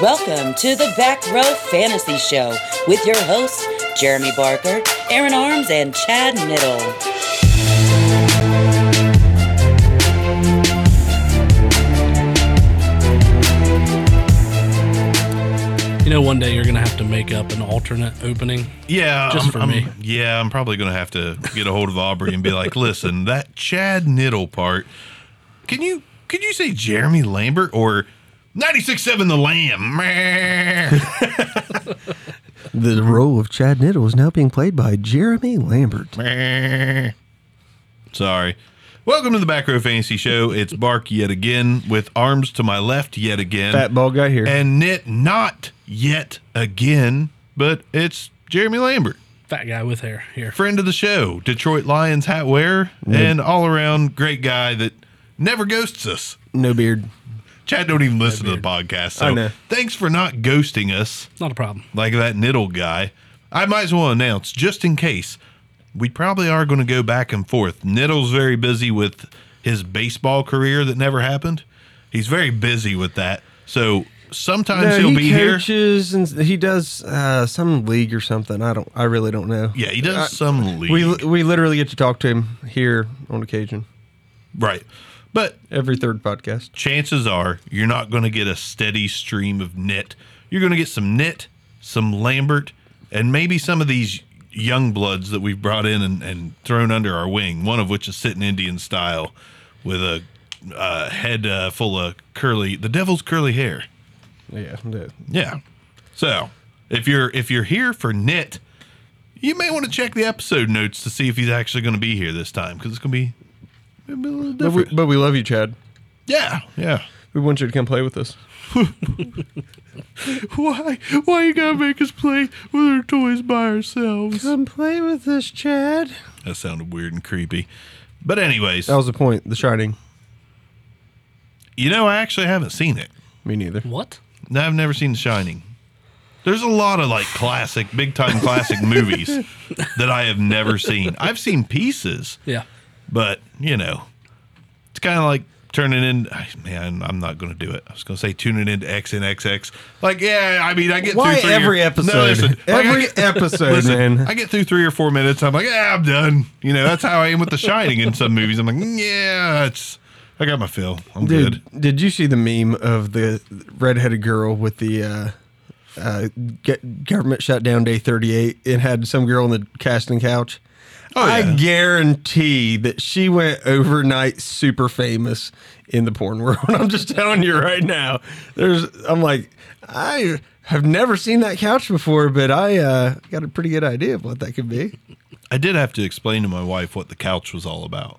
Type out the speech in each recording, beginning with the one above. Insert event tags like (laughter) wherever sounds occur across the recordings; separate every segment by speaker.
Speaker 1: Welcome to the Back Row Fantasy Show with your hosts, Jeremy Barker, Aaron Arms, and Chad Middle.
Speaker 2: You know, one day you're going to have to make up an alternate opening.
Speaker 3: Yeah,
Speaker 2: Just
Speaker 3: I'm-
Speaker 2: for
Speaker 3: I'm-
Speaker 2: me.
Speaker 3: Yeah, I'm probably going to have to get a hold of Aubrey and be like, "Listen, that Chad Niddle part. Can you can you say Jeremy Lambert or 96.7 The Lamb?" (laughs) Meh.
Speaker 4: The role of Chad Niddle is now being played by Jeremy Lambert.
Speaker 3: Meh. Sorry. Welcome to the Back Row Fantasy Show. It's Bark yet again with arms to my left yet again.
Speaker 4: Fat bald guy here.
Speaker 3: and Nit not yet again, but it's Jeremy Lambert.
Speaker 2: Fat guy with hair here.
Speaker 3: friend of the show, Detroit Lions hat wearer, and all around great guy that never ghosts us.
Speaker 4: no beard.
Speaker 3: Chad don't even listen to the podcast, so
Speaker 4: I know.
Speaker 3: thanks for not ghosting us
Speaker 2: Not a problem.
Speaker 3: like that Niddle guy. I might as well announce, just in case, we probably are going to go back and forth. Niddle's very busy with his baseball career that never happened. He's very busy with that, so sometimes
Speaker 4: No,
Speaker 3: he'll
Speaker 4: he
Speaker 3: be here.
Speaker 4: coaches and he does uh, some league or something. I don't. I really don't know.
Speaker 3: Yeah, he does some league,
Speaker 4: We we literally get to talk to him here on occasion
Speaker 3: right? But
Speaker 4: every third podcast.
Speaker 3: chances are you're not going to get a steady stream of knit. You're going to get some knit, some Lambert, and maybe some of these young bloods that we've brought in and, and thrown under our wing. One of which is sitting Indian style with a uh, head uh, full of curly, the devil's curly hair.
Speaker 4: Yeah. no.
Speaker 3: Yeah. So if you're if you're here for knit, you may want to check the episode notes to see if he's actually going to be here this time because it's going to be. it'll be A little
Speaker 4: But we,
Speaker 3: different.
Speaker 4: but we love you, Chad.
Speaker 3: yeah, yeah.
Speaker 4: We want you to come play with us.
Speaker 3: Why? Why you gotta make us play with our toys by ourselves?
Speaker 4: Come play with us, Chad.
Speaker 3: That sounded weird and creepy. But anyways,
Speaker 4: That was the point. The Shining.
Speaker 3: you know, I actually haven't seen it.
Speaker 4: Me neither.
Speaker 2: What?
Speaker 3: No, I've never seen The Shining. There's a lot of like classic, big time classic
Speaker 4: (laughs)
Speaker 3: movies that I have never seen. I've seen pieces,
Speaker 2: Yeah.
Speaker 3: but you know, it's kind of like turning in. Man, I'm not gonna do it. I was gonna say tuning into XNXX. Like, yeah, I mean, I get
Speaker 4: Why
Speaker 3: through three or-
Speaker 4: every episode?
Speaker 3: No, listen, like, I (laughs)
Speaker 4: every
Speaker 3: get-
Speaker 4: episode,
Speaker 3: Listen,
Speaker 4: man.
Speaker 3: I get through three or four minutes. I'm like, yeah, I'm done. You know, that's how I am with The Shining in some movies. I'm like, "Mm, yeah, it's I got my fill. I'm
Speaker 4: Dude,
Speaker 3: good.
Speaker 4: did you see the meme of the redheaded girl with the uh, uh, go- government shutdown day 38 and had some girl on the casting couch?
Speaker 3: Oh, yeah.
Speaker 4: I guarantee that she went overnight super famous in the porn world. (laughs) I'm just telling you right now. There's, I'm like, I have never seen that couch before, but I uh, got a pretty good idea of what that could be.
Speaker 3: I did have to explain to my wife what the couch was all about.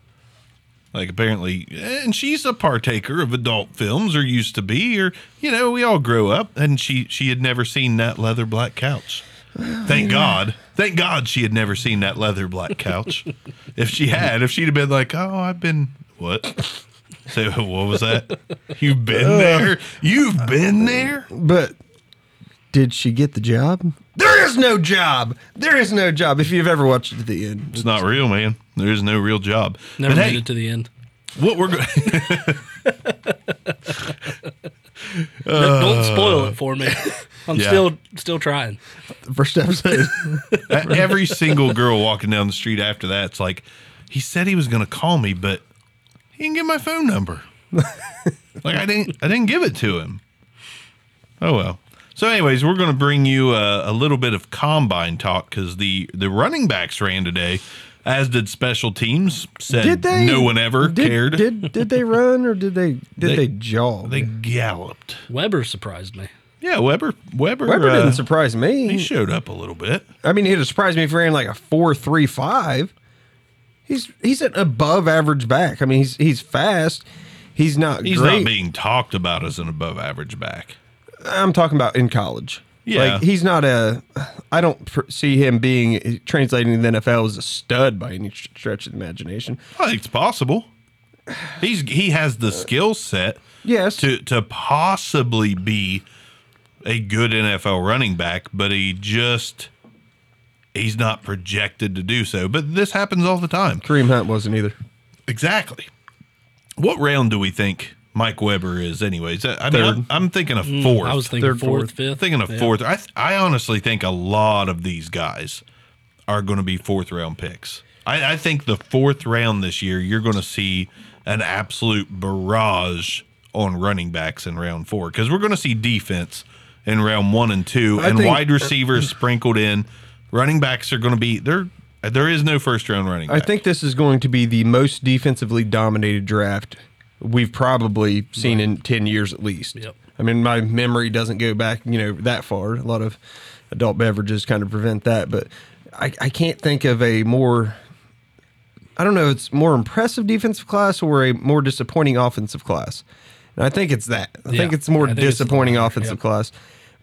Speaker 3: Like apparently, and she's a partaker of adult films, or used to be, or you know, we all grow up. And she she had never seen that leather black couch. Thank God, thank God, she had never seen that leather black couch. if she had, if she'd have been like, oh, I've been what? Say what was that? You've been there. You've been there.
Speaker 4: But did she get the job? There is no job. There is no job. If you've ever watched it to the end,
Speaker 3: It's not real, man. There is no real job.
Speaker 2: Never
Speaker 3: But
Speaker 2: made
Speaker 3: hey,
Speaker 2: it to the end.
Speaker 3: what we're (laughs) going.
Speaker 2: Don't spoil it
Speaker 3: (laughs)
Speaker 2: for me. I'm
Speaker 3: Uh, yeah.
Speaker 2: still still trying.
Speaker 4: the
Speaker 3: (laughs)
Speaker 4: first episode.
Speaker 3: E- Every single girl walking down the street after that's like, he said he was going to call me, but he didn't get my phone number. (laughs) like I didn't, I didn't give it to him. Oh well. So, anyways, we're going to bring you a, a little bit of combine talk because the the running backs ran today, as did special teams. Said
Speaker 4: did they?
Speaker 3: no one ever
Speaker 4: did,
Speaker 3: cared.
Speaker 4: Did did they run or did they did
Speaker 3: They-
Speaker 4: they, jog?
Speaker 3: they galloped?
Speaker 2: Weber surprised me.
Speaker 3: Yeah, Weber. Weber.
Speaker 4: Weber
Speaker 3: uh,
Speaker 4: didn't surprise
Speaker 3: he
Speaker 4: me.
Speaker 3: showed up a little bit.
Speaker 4: I mean, he'd have surprised me if he ran like a four three five. He's he's an above average back. I mean, he's he's fast. He's not
Speaker 3: He's
Speaker 4: great.
Speaker 3: not being talked about as an above average back.
Speaker 4: I'm talking about in college.
Speaker 3: Yeah.
Speaker 4: Like he's not a. I don't pr- see him being translating to the NFL as a stud by any sh- stretch of the imagination.
Speaker 3: I think it's possible. He's he has the skill set
Speaker 4: Yes.
Speaker 3: to to possibly be a good NFL running back, but he just he's not projected to do so. But this happens all the time.
Speaker 4: Kareem Hunt wasn't either.
Speaker 3: Exactly. What round do we think Mike Weber is, anyways. I, I mean, I'm, I'm thinking a fourth.
Speaker 2: Mm, I was thinking
Speaker 4: Third,
Speaker 2: fourth,
Speaker 4: fourth.
Speaker 2: fifth.
Speaker 3: thinking a
Speaker 2: Yeah.
Speaker 3: fourth. I th- I honestly think a lot of these guys are going to be fourth round picks. I, I think the fourth round this year, you're going to see an absolute barrage on running backs in round four because we're going to see defense in round one and two,
Speaker 4: I
Speaker 3: and
Speaker 4: think- uh,
Speaker 3: wide receivers sprinkled in. Running backs are going to be there. There is no first round running.
Speaker 4: I
Speaker 3: back.
Speaker 4: think this is going to be the most defensively dominated draft we've probably seen in 10 years at least.
Speaker 2: Yep.
Speaker 4: I mean, my memory doesn't go back, you know, that far. A lot of adult beverages kind of prevent that, but I, I can't think of a more, I don't know, it's more impressive defensive class or a more disappointing offensive class. And I think it's that. I
Speaker 2: Yeah.
Speaker 4: think it's more
Speaker 2: I think it's the
Speaker 4: disappointing
Speaker 2: latter,
Speaker 4: offensive
Speaker 2: yep.
Speaker 4: class.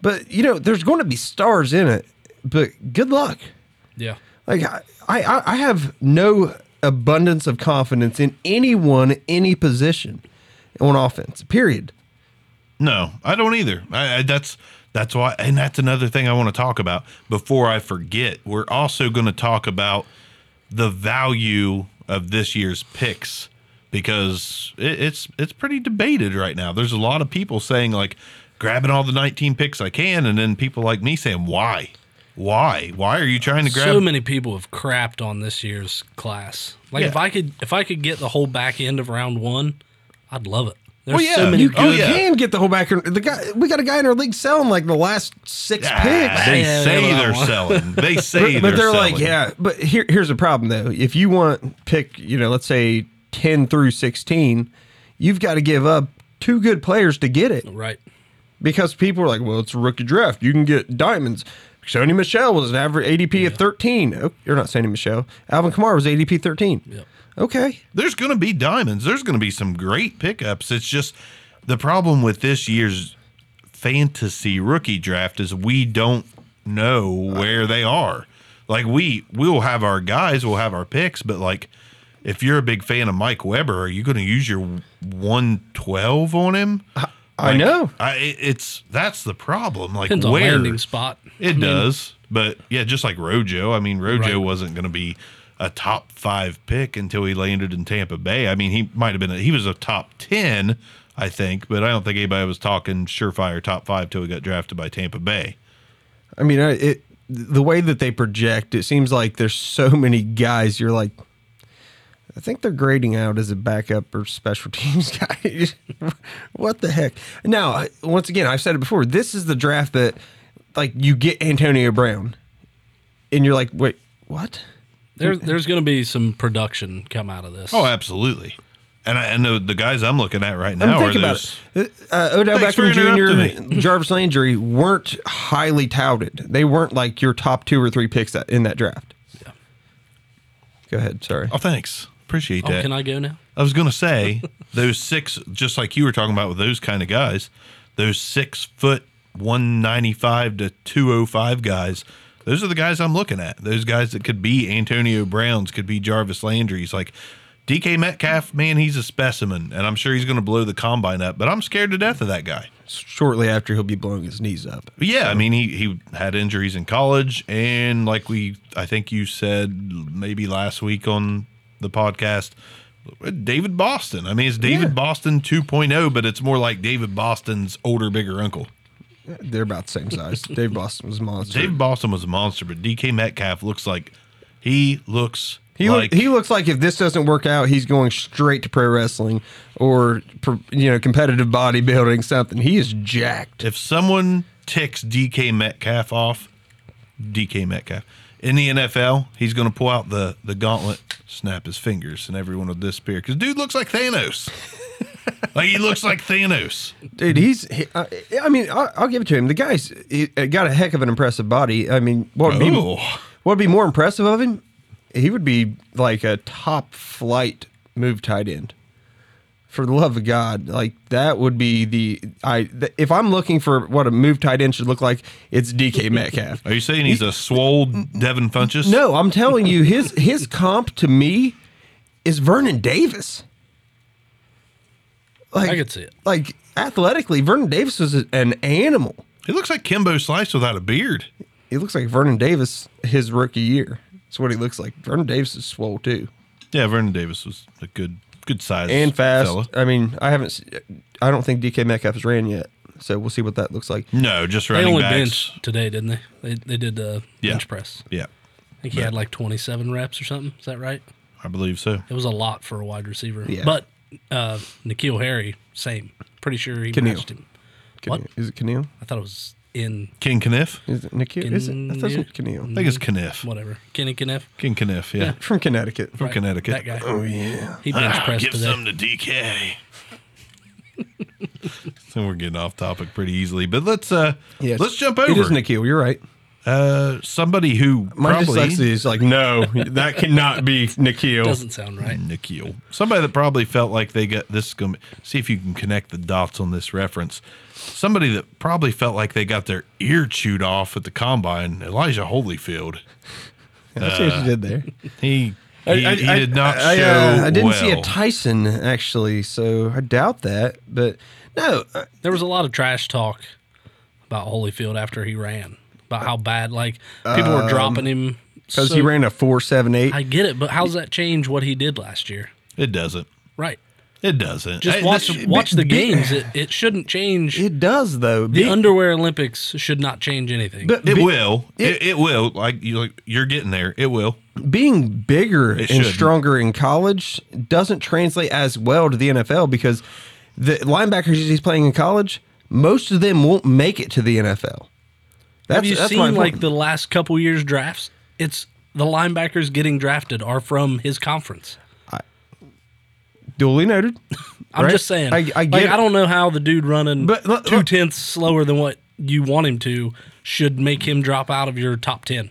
Speaker 4: But, you know, there's going to be stars in it, but good luck.
Speaker 2: Yeah.
Speaker 4: Like I, I, I have no abundance of confidence in anyone, any position on offense. Period.
Speaker 3: No, I don't either. I, I, that's that's why, and that's another thing I want to talk about before I forget. We're also going to talk about the value of this year's picks because it, it's it's pretty debated right now. There's a lot of people saying like grabbing all the 19 picks I can, and then people like me saying why, why, why are you trying to grab?
Speaker 2: so many people have crapped on this year's class. Like
Speaker 3: Yeah.
Speaker 2: if I could if I could get the whole back end of round one, I'd love it. There's
Speaker 3: Well, yeah.
Speaker 2: so many
Speaker 3: You-
Speaker 2: good
Speaker 3: oh, yeah.
Speaker 4: Can get the whole back. The guy, we got a guy in our league selling like the last six
Speaker 3: Ah,
Speaker 4: picks.
Speaker 3: they
Speaker 2: Yeah,
Speaker 3: say
Speaker 2: they
Speaker 3: they're
Speaker 2: want-
Speaker 3: selling.
Speaker 4: (laughs)
Speaker 3: They say,
Speaker 4: but, but they're
Speaker 3: selling.
Speaker 4: like, yeah. But here, here's the problem though. If you want pick, you know, let's say ten through sixteen, you've got to give up two good players to get it.
Speaker 2: (laughs) right.
Speaker 4: because people are like, well, it's a rookie draft. You can get diamonds. Sony Michelle was an average ADP of 13. Oh, you're not Sony Michelle. Alvin Kamara was ADP 13.
Speaker 2: Yep.
Speaker 4: Okay.
Speaker 3: there's going to be diamonds. There's going to be some great pickups. It's just the problem with this year's fantasy rookie draft is we don't know where they are. Like we we'll have our guys, we'll have our picks, but like if you're a big fan of Mike Weber, are you going to use your 112 on him?
Speaker 4: I
Speaker 2: Uh,
Speaker 3: Like,
Speaker 4: know.
Speaker 3: I, it- it's that's the problem. Like
Speaker 2: Depends
Speaker 3: where
Speaker 2: on landing spot.
Speaker 3: it does, but yeah, just like Rojo. I mean, Rojo
Speaker 2: Right.
Speaker 3: wasn't going to be a top five pick until he landed in Tampa Bay. I mean, he might have been. A, he was a top ten, I think, but I don't think anybody was talking surefire top five till he got drafted by Tampa Bay.
Speaker 4: I mean, I- it the way that they project, it seems like there's so (laughs) many guys you're like, I think they're grading out as a backup or special (laughs) teams guy. what the heck? Now, I- once again, I've said it before. This is the draft that, like, you get Antonio Brown, and you're like, wait, what?
Speaker 2: There's there's gonna be some production come out of this.
Speaker 3: Oh, absolutely. And I, and the, the guys I'm looking at right now are
Speaker 4: think about
Speaker 3: those.
Speaker 4: it. Uh, Odell
Speaker 3: Thanks for
Speaker 4: Beckham
Speaker 3: interrupting
Speaker 4: Jr., (laughs) Jarvis Landry weren't highly touted. They weren't like your top two or three picks that, in that draft.
Speaker 2: Yeah.
Speaker 4: Go ahead. Sorry.
Speaker 3: Oh, thanks. Appreciate
Speaker 2: Oh,
Speaker 3: that.
Speaker 2: can I go now?
Speaker 3: I was gonna say (laughs) those six, just like you were talking about with those kind of guys, those six foot one ninety five to two oh five guys. Those are the guys I'm looking at. Those guys that could be Antonio Browns, could be Jarvis Landry's. Like DK Metcalf, man, he's a specimen, and I'm sure he's gonna blow the combine up. But I'm scared to death of that guy.
Speaker 4: Shortly after, he'll be blowing his knees up.
Speaker 3: But yeah, I mean he he had injuries in college, and like we, I think you said maybe last week on the podcast, David Boston. I mean it's David
Speaker 4: Yeah.
Speaker 3: Boston 2.0, but it's more like David Boston's older, bigger uncle.
Speaker 4: They're about the same (laughs) size. Dave Boston was a monster.
Speaker 3: David Boston was a monster, but DK Metcalf looks like he looks
Speaker 4: he, loo-
Speaker 3: like
Speaker 4: he looks like if this doesn't work out, he's going straight to pro wrestling or pro- you know competitive bodybuilding something. He is jacked.
Speaker 3: if someone ticks DK Metcalf off, DK Metcalf in the NFL, he's going to pull out the the gauntlet, snap his fingers, and everyone will disappear. Because dude looks like Thanos. like he looks like Thanos.
Speaker 4: Dude, he's. He, I, I mean, I'll, I'll give it to him. The guy's he, uh, got a heck of an impressive body. I mean, what would, be,
Speaker 3: Oh.
Speaker 4: what would be more impressive of him? He would be like a top flight move tight end. For the love of God, like that would be the I. th- if I'm looking for what a move tight end should look like, it's DK Metcalf.
Speaker 3: Are you saying he's a swole Devin Funches?
Speaker 4: no, I'm telling you, his his comp to me is Vernon Davis. Like
Speaker 2: I could see it.
Speaker 4: Like athletically, Vernon Davis was a- an animal.
Speaker 3: he looks like Kimbo Slice without a beard.
Speaker 4: He looks like Vernon Davis his rookie year. That's what he looks like. Vernon Davis is swole too.
Speaker 3: Yeah, Vernon Davis was a good good size
Speaker 4: and fast.
Speaker 3: fella.
Speaker 4: I mean, I haven't. s- I don't think DK Metcalf has ran yet, so we'll see what that looks like.
Speaker 3: No, just
Speaker 2: They
Speaker 3: running
Speaker 2: only
Speaker 3: backs.
Speaker 2: benched today, didn't they? They, they did the
Speaker 3: Yeah.
Speaker 2: bench press.
Speaker 3: Yeah,
Speaker 2: I think he had like 27 reps or something. Is that right?
Speaker 3: I believe so.
Speaker 2: It was a lot for a wide receiver.
Speaker 4: Yeah.
Speaker 2: But uh, Nikhil Harry, same. Pretty sure he
Speaker 4: Kinneal.
Speaker 2: matched him.
Speaker 4: Can
Speaker 2: What?
Speaker 4: you- Is it Keneal?
Speaker 2: I thought it was in
Speaker 3: King Kniff.
Speaker 4: Is it Nikhil? Is it? I thought it was
Speaker 3: I
Speaker 4: Keneal.
Speaker 3: think it's Kniff.
Speaker 2: whatever. Kenny Kniff.
Speaker 3: King Kniff. Yeah.
Speaker 4: From Connecticut.
Speaker 3: From Connecticut.
Speaker 2: That guy.
Speaker 4: Oh yeah.
Speaker 2: He bench
Speaker 3: Ah,
Speaker 2: pressed
Speaker 3: give
Speaker 2: today.
Speaker 3: some to
Speaker 4: (laughs)
Speaker 3: DK. so we're getting off topic pretty easily, but let's uh
Speaker 4: Yeah.
Speaker 3: let's jump
Speaker 4: It is
Speaker 3: over.
Speaker 4: Nikhil. You're right.
Speaker 3: uh, somebody who
Speaker 4: My dyslexia
Speaker 3: probably
Speaker 4: is like no, that cannot be Nikhil.
Speaker 2: Doesn't sound right.
Speaker 3: Nikhil. Somebody that probably felt like they got this. is gonna be- See if you can connect the dots on this reference. Somebody that probably felt like they got their ear chewed off at the combine. Elijah Holyfield.
Speaker 4: I see what you did there.
Speaker 3: He he, he did not
Speaker 4: I,
Speaker 3: show.
Speaker 4: uh, I didn't
Speaker 3: well.
Speaker 4: see a Tyson actually, so I doubt that. But no, uh,
Speaker 2: There was a lot of trash talk about Holyfield after he ran, about how bad, like, people were dropping him.
Speaker 4: because
Speaker 2: so-
Speaker 4: Um, he ran a four seven eight.
Speaker 2: I get it, but how's that change what he did last year?
Speaker 3: It doesn't.
Speaker 2: Right.
Speaker 3: It doesn't.
Speaker 2: Just
Speaker 3: Hey,
Speaker 2: watch
Speaker 3: this-
Speaker 2: watch the
Speaker 4: be-
Speaker 2: games.
Speaker 4: (sighs)
Speaker 2: It, it shouldn't change.
Speaker 4: it does though.
Speaker 2: the
Speaker 4: Be-
Speaker 2: underwear Olympics should not change anything.
Speaker 4: but
Speaker 3: It
Speaker 4: be-
Speaker 3: will. It, it will. Like you, like you're getting there. It will.
Speaker 4: being bigger and
Speaker 3: shouldn't.
Speaker 4: stronger in college doesn't translate as well to the NFL because the linebackers he's playing in college, most of them won't make it to the NFL. That's,
Speaker 2: Have you
Speaker 4: that's my
Speaker 2: seen like
Speaker 4: point.
Speaker 2: the last couple years drafts? It's the linebackers getting drafted are from his conference.
Speaker 4: duly noted.
Speaker 2: I'm
Speaker 4: Right?
Speaker 2: just saying.
Speaker 4: I, I
Speaker 2: Like,
Speaker 4: get. it.
Speaker 2: I don't know how the dude running
Speaker 4: But look-
Speaker 2: two
Speaker 4: look-
Speaker 2: tenths slower than what you want him to should make him drop out of your top ten.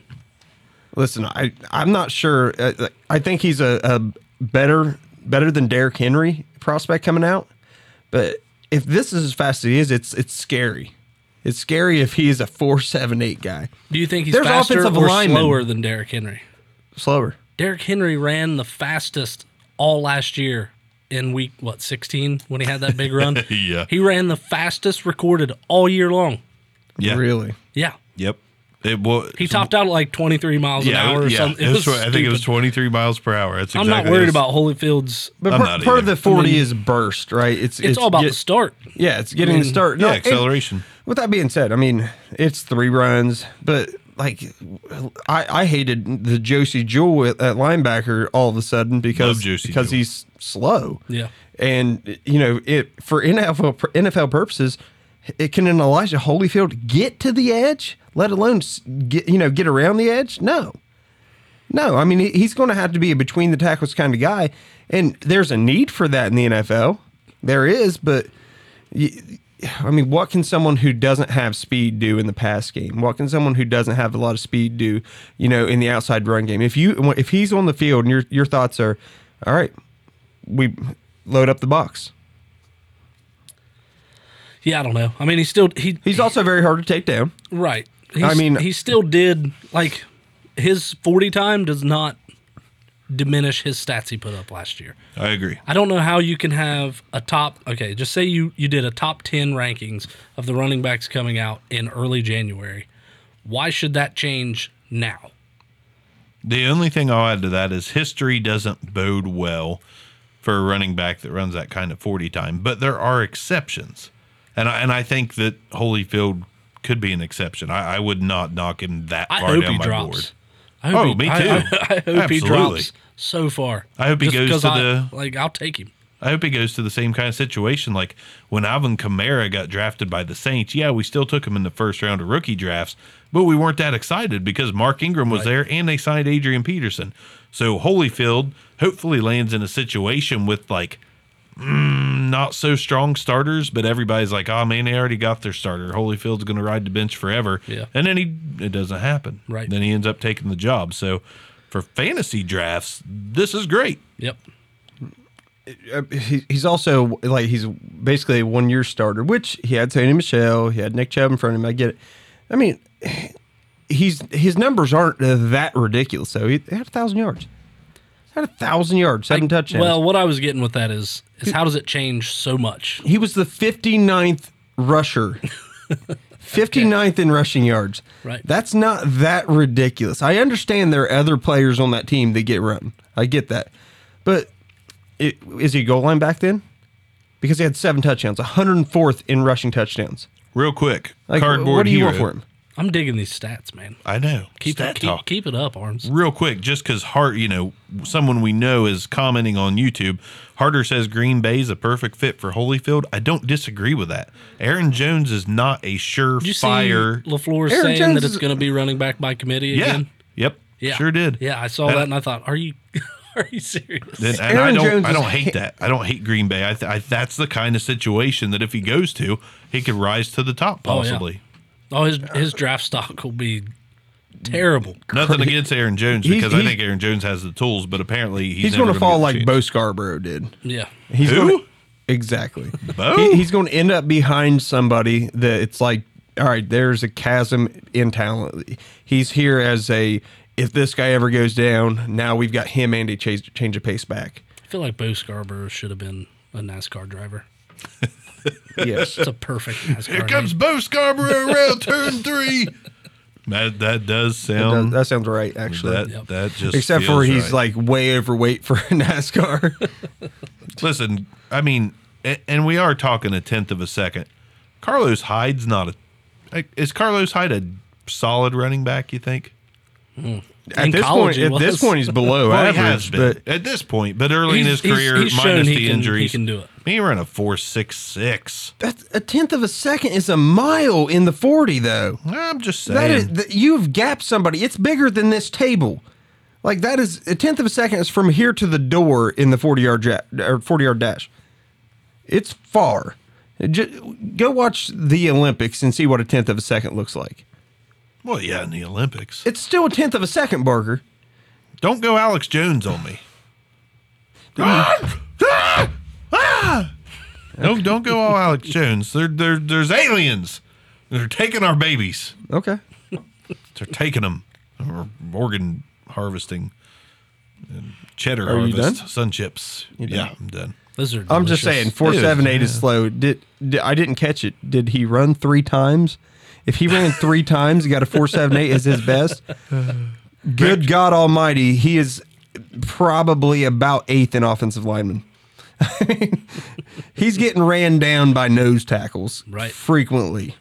Speaker 4: Listen, I I'm not sure. I, I think he's a, a better better than Derrick Henry prospect coming out. But if this is as fast as he is, it's it's scary. It's scary if he is a four seven eight guy.
Speaker 2: Do you think he's
Speaker 4: There's
Speaker 2: faster
Speaker 4: offensive
Speaker 2: or
Speaker 4: linemen.
Speaker 2: slower than Derrick Henry?
Speaker 4: Slower.
Speaker 2: Derrick Henry ran the fastest all last year in week what 16 when he had that big run.
Speaker 3: (laughs) Yeah.
Speaker 2: He ran the fastest recorded all year long.
Speaker 3: Yeah.
Speaker 4: Really.
Speaker 2: Yeah.
Speaker 3: Yep. It will.
Speaker 2: He topped out at like 23 miles an hour or something. It
Speaker 3: That's
Speaker 2: was
Speaker 3: right. I think it was
Speaker 2: stupid.
Speaker 3: 23 miles per hour. That's
Speaker 2: I'm
Speaker 3: exactly
Speaker 2: not worried
Speaker 3: it was.
Speaker 2: about Holyfield's.
Speaker 4: But
Speaker 3: I'm
Speaker 4: part,
Speaker 3: not
Speaker 4: part of
Speaker 3: either.
Speaker 4: the 40 is burst, right? It's
Speaker 2: It's, all about
Speaker 4: get-
Speaker 2: the start.
Speaker 4: Yeah, it's getting the start.
Speaker 3: Yeah,
Speaker 4: No, and
Speaker 3: acceleration.
Speaker 4: with that being said, I mean, it's three runs, but like I, I hated the Josie Jewell at at linebacker all of a sudden because
Speaker 3: Love Josie
Speaker 4: because
Speaker 3: Jewell.
Speaker 4: he's slow.
Speaker 2: Yeah.
Speaker 4: And you know, it for NFL pur- NFL purposes, it can an Elijah Holyfield get to the edge, let alone s- get you know, get around the edge? No. No, I mean he- he's going to have to be a between the tackles kind of guy, and there's a need for that in the NFL. There is, but y- I mean, what can someone who doesn't have speed do in the pass game? What can someone who doesn't have a lot of speed do, you know, in the outside run game? If you if he's on the field and your your thoughts are, all right, we load up the box.
Speaker 2: Yeah, I don't know. I mean, he still he
Speaker 4: He's also very hard to take down.
Speaker 2: right. He's,
Speaker 4: I mean-
Speaker 2: he still did like his 40 time does not diminish his stats he put up last year.
Speaker 3: I agree.
Speaker 2: I don't know how you can have a top. Okay, just say you you did a top ten rankings of the running backs coming out in early January. Why should that change now?
Speaker 3: The only thing I'll add to that is history doesn't bode well for a running back that runs that kind of 40 time, but there are exceptions. And I, and I think that Holyfield could be an exception. I, I would not knock him that
Speaker 2: I
Speaker 3: far
Speaker 2: hope
Speaker 3: down
Speaker 2: he
Speaker 3: my
Speaker 2: drops.
Speaker 3: board.
Speaker 2: I hope
Speaker 3: Oh,
Speaker 2: he,
Speaker 3: me
Speaker 2: I-
Speaker 3: too.
Speaker 2: I, I hope he
Speaker 3: Absolutely.
Speaker 2: drops so far.
Speaker 3: I hope he
Speaker 2: Just
Speaker 3: goes
Speaker 2: because
Speaker 3: to
Speaker 2: I-
Speaker 3: the-
Speaker 2: like. I'll take him.
Speaker 3: I hope he goes to the same kind of situation like when Alvin Kamara got drafted by the Saints. Yeah, we still took him in the first round of rookie drafts, but we weren't that excited because Mark Ingram was there and they signed Adrian Peterson. So Holyfield hopefully lands in a situation with like mm, not so strong starters, but everybody's like, oh man, they already got their starter. Holyfield's going to ride the bench forever.
Speaker 2: Yeah.
Speaker 3: And then he, it doesn't happen.
Speaker 2: Right.
Speaker 3: Then he ends up taking the job. So for fantasy drafts, this is great.
Speaker 2: Yep.
Speaker 4: Uh, he- he's also like he's basically a one year starter, which he had Tony Michelle, he had Nick Chubb in front of him. I get it. I mean, he's his numbers aren't uh, that ridiculous. So he had a thousand yards, had a thousand yards, seven touchdowns.
Speaker 2: Well, what I was getting with that is is how does it change so much?
Speaker 4: he was the 59th rusher. 59th in rushing yards.
Speaker 2: Right.
Speaker 4: That's not that ridiculous. I understand there are other players on that team that get run. I get that. But it, is he a goal line back then? Because he had seven touchdowns, 104th in rushing touchdowns.
Speaker 3: Real quick,
Speaker 4: Like,
Speaker 3: cardboard
Speaker 4: what do you
Speaker 3: hero.
Speaker 4: want for him?
Speaker 2: I'm digging these stats, man.
Speaker 3: I know.
Speaker 2: Keep
Speaker 3: Stat
Speaker 2: it, keep,
Speaker 3: talk.
Speaker 2: keep it up, arms.
Speaker 3: Real quick, just because Hart, you know, someone we know is commenting on YouTube. Harder says Green Bay's a perfect fit for Holyfield. I don't disagree with that. Aaron Jones is not
Speaker 2: Did
Speaker 3: a
Speaker 2: you
Speaker 3: surefire.
Speaker 2: see Lafleur
Speaker 4: Aaron
Speaker 2: saying
Speaker 4: Jones
Speaker 2: that
Speaker 4: is-
Speaker 2: it's going to be running back by committee
Speaker 3: Yeah.
Speaker 2: again?
Speaker 3: Yep. Sure did.
Speaker 2: Yeah, I saw that and I thought, are you (laughs) are you serious?
Speaker 4: (laughs)
Speaker 3: Then- and I
Speaker 4: Aaron
Speaker 3: don't,
Speaker 4: Jones
Speaker 3: I
Speaker 4: is
Speaker 3: don't
Speaker 4: ha-
Speaker 3: hate that. I don't hate Green Bay. I, th- I that's the kind of situation that if he goes to, he could rise to the top
Speaker 2: Oh, yeah.
Speaker 3: possibly.
Speaker 2: oh, his his draft stock will be terrible.
Speaker 3: Nothing against Aaron Jones
Speaker 4: He's-
Speaker 3: because I
Speaker 4: he-
Speaker 3: think Aaron Jones has the tools, but apparently he's,
Speaker 4: He's
Speaker 3: never
Speaker 4: going to
Speaker 3: gonna get
Speaker 4: fall
Speaker 3: the
Speaker 4: like
Speaker 3: chance.
Speaker 4: Bo Scarborough did.
Speaker 2: Yeah.
Speaker 4: He's
Speaker 3: Who?
Speaker 4: Gonna, exactly.
Speaker 3: Bo?
Speaker 4: He- he's going to end up behind somebody that it's like, all right, there's a chasm in talent. He's here as a, if this guy ever goes down, now we've got him and a change, change of pace back.
Speaker 2: I feel like Bo Scarborough should have been a NASCAR driver.
Speaker 4: Yes.
Speaker 3: (laughs)
Speaker 2: It's a
Speaker 4: (laughs)
Speaker 2: perfect NASCAR.
Speaker 3: Here comes Bo Scarborough (laughs) around turn three. That that does sound
Speaker 4: that sounds right, actually.
Speaker 3: Um, that
Speaker 2: Yep.
Speaker 3: that just
Speaker 4: Except for
Speaker 3: feels
Speaker 4: he's
Speaker 3: right.
Speaker 4: like way overweight for (laughs) NASCAR.
Speaker 3: listen. I mean, a- and we are talking a tenth of a second. Carlos Hyde's not a. like, Is Carlos Hyde a solid running back? You think?
Speaker 4: at this
Speaker 2: college
Speaker 4: point,
Speaker 2: he
Speaker 4: at this
Speaker 2: was.
Speaker 4: point, he's below
Speaker 3: Well, he has
Speaker 4: Oh, average.
Speaker 3: been
Speaker 4: But
Speaker 3: at this point, but early in his
Speaker 2: He's- he's-
Speaker 3: career,
Speaker 2: he's shown
Speaker 3: minus
Speaker 2: he
Speaker 3: the
Speaker 2: can- he
Speaker 3: injuries,
Speaker 2: can do it.
Speaker 3: He ran a four six six.
Speaker 4: that's a tenth of a second is a mile in the forty, though.
Speaker 3: I'm just saying.
Speaker 4: That is, that you've gapped somebody. It's bigger than this table. Like that is a tenth of a second is from here to the door in the forty yard ja- or forty yard dash. It's far. Ju- go watch the Olympics and see what a tenth of a second looks like.
Speaker 3: well, yeah, in the Olympics.
Speaker 4: It's still a tenth of a second, Barker.
Speaker 3: Don't go Alex Jones on
Speaker 4: (laughs)
Speaker 3: me.
Speaker 4: Ah!
Speaker 3: No, don't go all Alex Jones. There, there, there's aliens. They're taking our babies.
Speaker 4: Okay.
Speaker 3: They're taking them. Or organ harvesting, and cheddar
Speaker 4: Are you
Speaker 3: harvest,
Speaker 4: done?
Speaker 3: sun chips. yeah, I'm done.
Speaker 2: Those are
Speaker 4: I'm just saying,
Speaker 2: delicious.
Speaker 4: four seven eight is
Speaker 3: yeah.
Speaker 4: slow. Did, did I didn't catch it? Did he run three times? If he
Speaker 2: (laughs)
Speaker 4: ran three times, he got a four seven eight as his best. Good God Almighty, he is probably about eighth in offensive lineman. I mean, (laughs) he's getting ran down by nose tackles
Speaker 2: Right.
Speaker 4: frequently.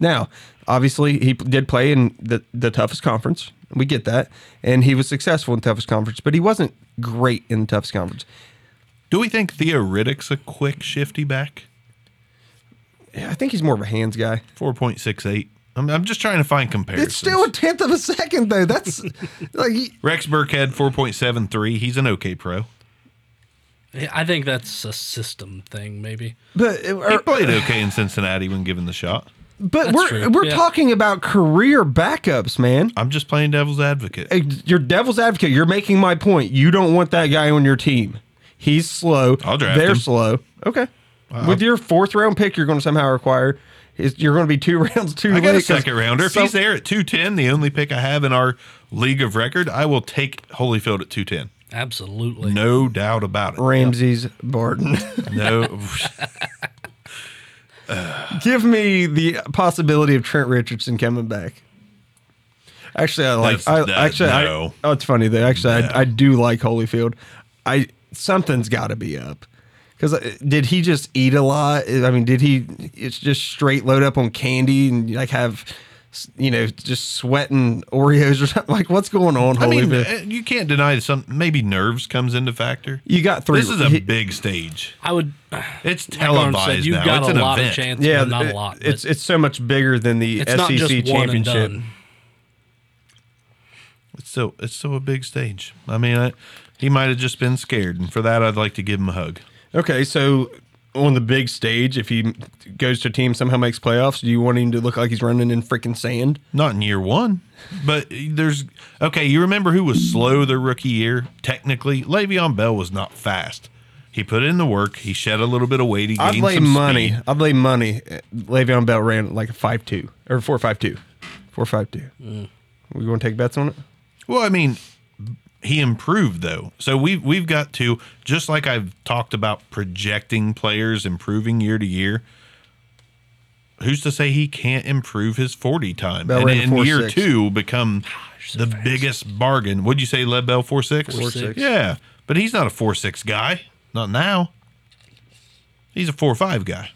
Speaker 4: Now, obviously, he did play in the, the toughest conference. We get that. And he was successful in the toughest conference, but he wasn't great in the toughest conference.
Speaker 3: Do we think Theoretic's a quick shifty back?
Speaker 4: Yeah, I think he's more of a hands guy.
Speaker 3: Four point six eight. I'm, I'm just trying to find comparisons.
Speaker 4: It's still a tenth of a second
Speaker 3: (laughs)
Speaker 4: though. That's like he-
Speaker 3: Rex Burkhead four point seven three. He's an okay pro.
Speaker 2: Yeah, I think that's a system thing, maybe.
Speaker 4: but uh,
Speaker 3: He
Speaker 4: or-
Speaker 3: played okay in Cincinnati when given the shot.
Speaker 4: but we're
Speaker 2: true,
Speaker 4: we're
Speaker 2: yeah.
Speaker 4: talking about career backups, man.
Speaker 3: I'm just playing devil's advocate.
Speaker 4: Hey, You're devil's advocate. You're making my point. You don't want that guy on your team. He's slow.
Speaker 3: I'll draft
Speaker 4: They're
Speaker 3: him.
Speaker 4: slow. Okay. With your fourth round pick, you're going to somehow require is you're going to be two (laughs) rounds too
Speaker 3: I
Speaker 4: late.
Speaker 3: got a
Speaker 4: 'cause
Speaker 3: second rounder. If
Speaker 4: some-
Speaker 3: he's there at 210, the only pick I have in our league of record, I will take Holyfield at 210.
Speaker 2: Absolutely.
Speaker 3: No doubt about it.
Speaker 4: Ramsey's Barton. (laughs)
Speaker 3: No.
Speaker 4: Give me the possibility of Trent Richardson coming back. Actually, I like.
Speaker 3: That's-
Speaker 4: I,
Speaker 3: that-
Speaker 4: actually, I-
Speaker 3: no.
Speaker 4: oh, it's funny though. Actually,
Speaker 3: No.
Speaker 4: I, I do like Holyfield. I something's got to be up because did he just eat a lot? I mean, did he? It's just straight load up on candy and like have, you know, just sweating Oreos or (laughs) something. Like, what's going on,
Speaker 3: I mean,
Speaker 4: Holyfield?
Speaker 3: uh, you can't deny some maybe nerves comes into factor.
Speaker 4: you got three.
Speaker 3: This is a
Speaker 4: he-
Speaker 3: big stage.
Speaker 2: I
Speaker 4: (laughs)
Speaker 2: would.
Speaker 3: It's
Speaker 2: Arms
Speaker 3: televised
Speaker 2: said, you've
Speaker 3: now.
Speaker 2: got
Speaker 3: it's
Speaker 2: a
Speaker 3: an
Speaker 2: lot
Speaker 3: event.
Speaker 2: of chance,
Speaker 4: yeah,
Speaker 2: yeah, but not
Speaker 4: it-
Speaker 2: a lot.
Speaker 4: It's
Speaker 2: but
Speaker 4: it's so much bigger than the
Speaker 2: it's
Speaker 4: SEC
Speaker 2: not just one and
Speaker 4: E championship.
Speaker 2: done.
Speaker 3: It's still it's still a big stage. I mean, I, he might have just been scared, and for that, I'd like to give him a hug.
Speaker 4: Okay, so on the big stage, if he goes to a team somehow makes playoffs, do you want him to look like he's running in freaking sand?
Speaker 3: Not in year one, but there's okay. You remember who was slow their rookie year? Technically, Le'Veon Bell was not fast. He put in the work. He shed a little bit of weight. He
Speaker 4: I'd
Speaker 3: gained
Speaker 4: lay
Speaker 3: some
Speaker 4: money.
Speaker 3: speed.
Speaker 4: I'd lay money. Le'Veon Bell ran like a five two or four five two, four five two. We going to take bets on it?
Speaker 3: Well, I mean, he improved though. So we've we've got to just like I've talked about projecting players improving year to year. Who's to say he can't improve his forty time
Speaker 4: Bell
Speaker 3: and
Speaker 4: ran
Speaker 3: in year
Speaker 4: 4.6.
Speaker 3: two become
Speaker 2: Ah, so
Speaker 3: the
Speaker 2: fast.
Speaker 3: biggest bargain? Would you say Le'Bell four six?
Speaker 4: 4.6.
Speaker 3: Yeah, but he's not a four six guy. Not now. He's a four or five guy.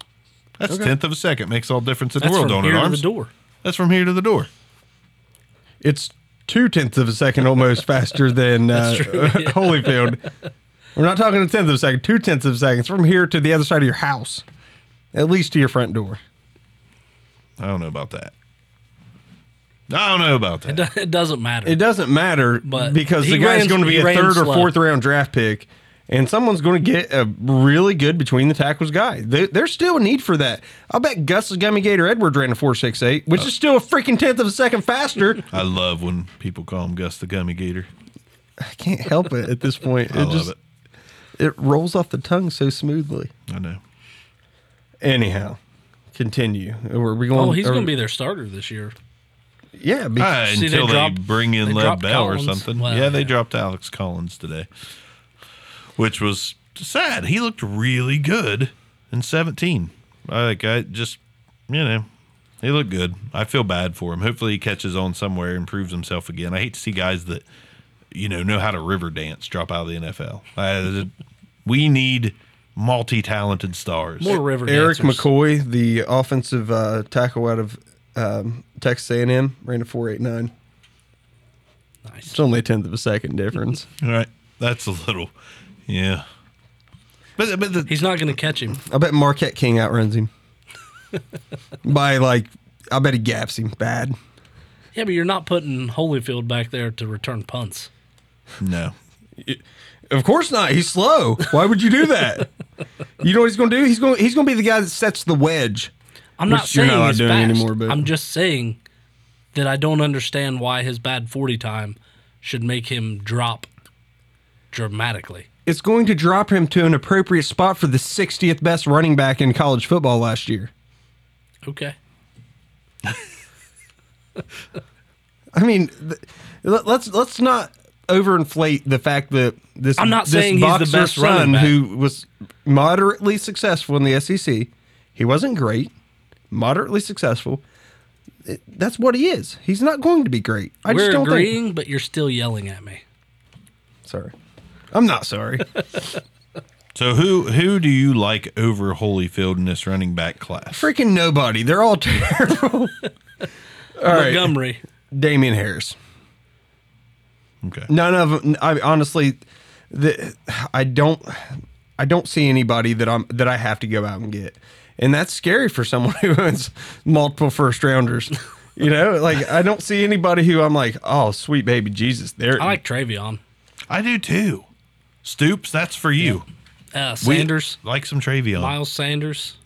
Speaker 3: That's tenth of a second. Makes all difference in
Speaker 2: That's
Speaker 3: the world,
Speaker 2: from
Speaker 3: don't
Speaker 2: here
Speaker 3: it,
Speaker 2: to the
Speaker 3: Arms?
Speaker 2: door. (laughs)
Speaker 3: That's from here to the door.
Speaker 4: It's two tenths of a second almost faster (laughs) than uh, Holyfield. We're not talking a tenth of a second, two tenths of seconds from here to the other side of your house, at least to your front door.
Speaker 3: I don't know about that. I don't know about that.
Speaker 2: It doesn't matter.
Speaker 4: It doesn't matter
Speaker 2: But
Speaker 4: because
Speaker 2: he
Speaker 4: the guy's
Speaker 2: ran-
Speaker 4: going to be
Speaker 2: he
Speaker 4: a
Speaker 2: ran
Speaker 4: third or
Speaker 2: slow.
Speaker 4: fourth round draft pick, and someone's going to get a really good between the tackles guy. There- There's still a need for that. I'll bet Gus's Gummy Gator Edwards ran a 4.68, which is still a freaking tenth of a second faster.
Speaker 3: I love when people call him Gus the Gummy Gator.
Speaker 4: (laughs) I can't help it at this point. It
Speaker 3: I love
Speaker 4: just
Speaker 3: it.
Speaker 4: it rolls off the tongue so smoothly.
Speaker 3: I know.
Speaker 4: Anyhow, continue. Are we going?
Speaker 2: oh, he's
Speaker 4: are-
Speaker 2: going to be their starter this year.
Speaker 4: Yeah, be-
Speaker 3: Ah,
Speaker 2: (laughs) See, they
Speaker 3: until they,
Speaker 2: dropped-
Speaker 3: bring in
Speaker 2: they
Speaker 3: Lev
Speaker 2: dropped
Speaker 3: Bell
Speaker 2: Collins.
Speaker 3: or something.
Speaker 2: Well,
Speaker 3: yeah, they
Speaker 2: yeah.
Speaker 3: dropped Alex Collins today, which was sad. He looked really good in 17. I Like I just, you know, he looked good. I feel bad for him. Hopefully, he catches on somewhere, improves himself again. I hate to see guys that, you know, know how to river dance drop out of the NFL. I, we need multi-talented stars.
Speaker 2: More river
Speaker 4: E- Eric
Speaker 2: dancers.
Speaker 4: McCoy, the offensive uh, tackle out of um, Texas A&M, ran a four eight nine.
Speaker 2: Nice.
Speaker 4: It's only a tenth of a second difference.
Speaker 3: All right, that's a little, yeah. But but the,
Speaker 2: He's not going to catch him.
Speaker 4: I bet Marquette King outruns him by like. I bet he gaps him bad.
Speaker 2: Yeah, but you're not putting Holyfield back there to return punts.
Speaker 3: no,
Speaker 4: Of course not. He's slow. Why would you do that? you know what he's going to do? He's going. He's going to be the guy that sets the wedge.
Speaker 2: I'm not
Speaker 4: Which you're
Speaker 2: saying
Speaker 4: not
Speaker 2: he's
Speaker 4: doing
Speaker 2: fast.
Speaker 4: anymore, but-
Speaker 2: I'm just saying that I don't understand why his bad 40 time should make him drop dramatically.
Speaker 4: It's going to drop him to an appropriate spot for the 60th best running back in college football last year.
Speaker 2: Okay.
Speaker 4: I mean, th- let- let's let's not overinflate the fact that this.
Speaker 2: I'm not
Speaker 4: this
Speaker 2: saying he's the
Speaker 4: boxer
Speaker 2: best running
Speaker 4: son
Speaker 2: back.
Speaker 4: who was moderately successful in the SEC. He wasn't great, moderately successful. It- that's what he is. He's not going to be great. I
Speaker 2: We're
Speaker 4: just don't think.
Speaker 2: agreeing, but you're still yelling at me.
Speaker 4: Sorry, I'm
Speaker 2: (laughs)
Speaker 4: not sorry.
Speaker 3: So who who do you like over Holyfield in this running back class?
Speaker 4: Freaking nobody. They're
Speaker 2: (laughs)
Speaker 4: all terrible. all right,
Speaker 2: Montgomery.
Speaker 4: Damian Harris.
Speaker 3: Okay.
Speaker 4: None of them. I honestly, the, I don't, I don't see anybody that I'm that I have to go out and get, and that's scary for someone (laughs) who owns multiple first rounders. You know, like I don't see anybody who I'm like, oh, sweet baby Jesus, there.
Speaker 2: I like Travion.
Speaker 3: I do too. Stoops, that's for you.
Speaker 2: Uh,
Speaker 3: We
Speaker 2: Sanders.
Speaker 3: like some Travion.
Speaker 2: Miles Sanders.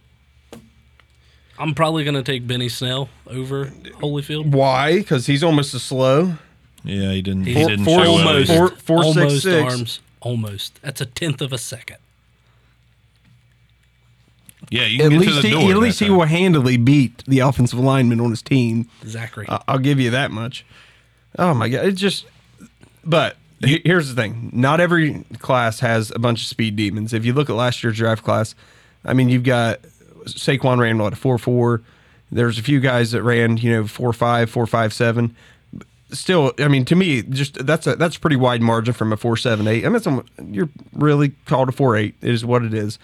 Speaker 2: I'm probably going to take Benny Snell over Holyfield.
Speaker 4: why? Because he's almost as slow.
Speaker 3: Yeah, he didn't. he
Speaker 2: He's
Speaker 3: didn't
Speaker 4: four-
Speaker 3: show
Speaker 4: almost-
Speaker 3: up.
Speaker 4: four- four, six,
Speaker 2: almost
Speaker 4: six.
Speaker 2: arms. Almost. That's a tenth of a second.
Speaker 3: Yeah, you can
Speaker 4: At
Speaker 3: get
Speaker 4: least
Speaker 3: to
Speaker 4: he,
Speaker 3: the door.
Speaker 4: at
Speaker 3: that
Speaker 4: least he
Speaker 3: time.
Speaker 4: will handily beat the offensive lineman on his team.
Speaker 2: Zachary.
Speaker 4: I- I'll give you that much. Oh my god, it's just. But he- here's the thing: not every class has a bunch of speed demons. If you look at last year's draft class, I mean, you've got Saquon ran what a four four. There's a few guys that ran you know four five, four five seven. Still, I mean, to me, just that's a that's a pretty wide margin from a four seven eight. I mean, it's almo- you're really called a four eight is what it is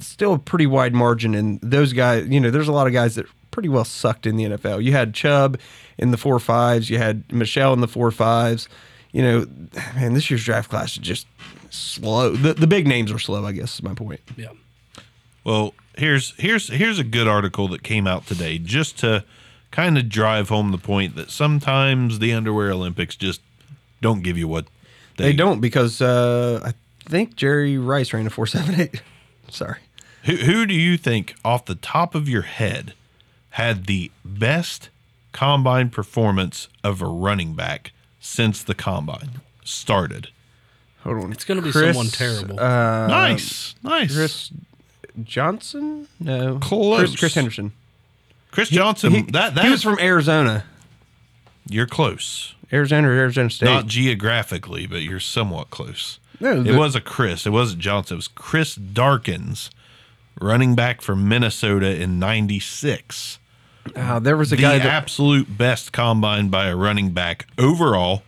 Speaker 4: still a pretty wide margin. And those guys, you know, there's a lot of guys that pretty well sucked in the NFL. You had Chubb in the four fives, you had Michelle in the four fives. You know, man, this year's draft class is just slow. The, the big names are slow, I guess, is my point.
Speaker 2: yeah.
Speaker 3: Well, here's here's here's a good article that came out today just to kind of drive home the point that sometimes the underwear Olympics just don't give you what they,
Speaker 4: They don't because uh, I think Jerry Rice ran a 478. (laughs) Sorry.
Speaker 3: Who, who do you think, off the top of your head, had the best combine performance of a running back since the combine started?
Speaker 4: Hold on. It's
Speaker 2: gonna be someone terrible.
Speaker 3: nice, nice. Chris,
Speaker 4: uh, Um, Chris Johnson? No.
Speaker 3: Close.
Speaker 4: Chris, Chris Henderson.
Speaker 3: Johnson.
Speaker 4: He,
Speaker 3: that that
Speaker 4: he was from Arizona.
Speaker 3: You're close,
Speaker 4: Arizona or Arizona State.
Speaker 3: not geographically, but you're somewhat close.
Speaker 4: No,
Speaker 3: it
Speaker 4: the-
Speaker 3: was a Chris. It wasn't Johnson. It was Chris Darkins, running back from Minnesota in '96.
Speaker 4: Uh, there was a
Speaker 3: the
Speaker 4: guy that
Speaker 3: absolute best combine by a running back overall.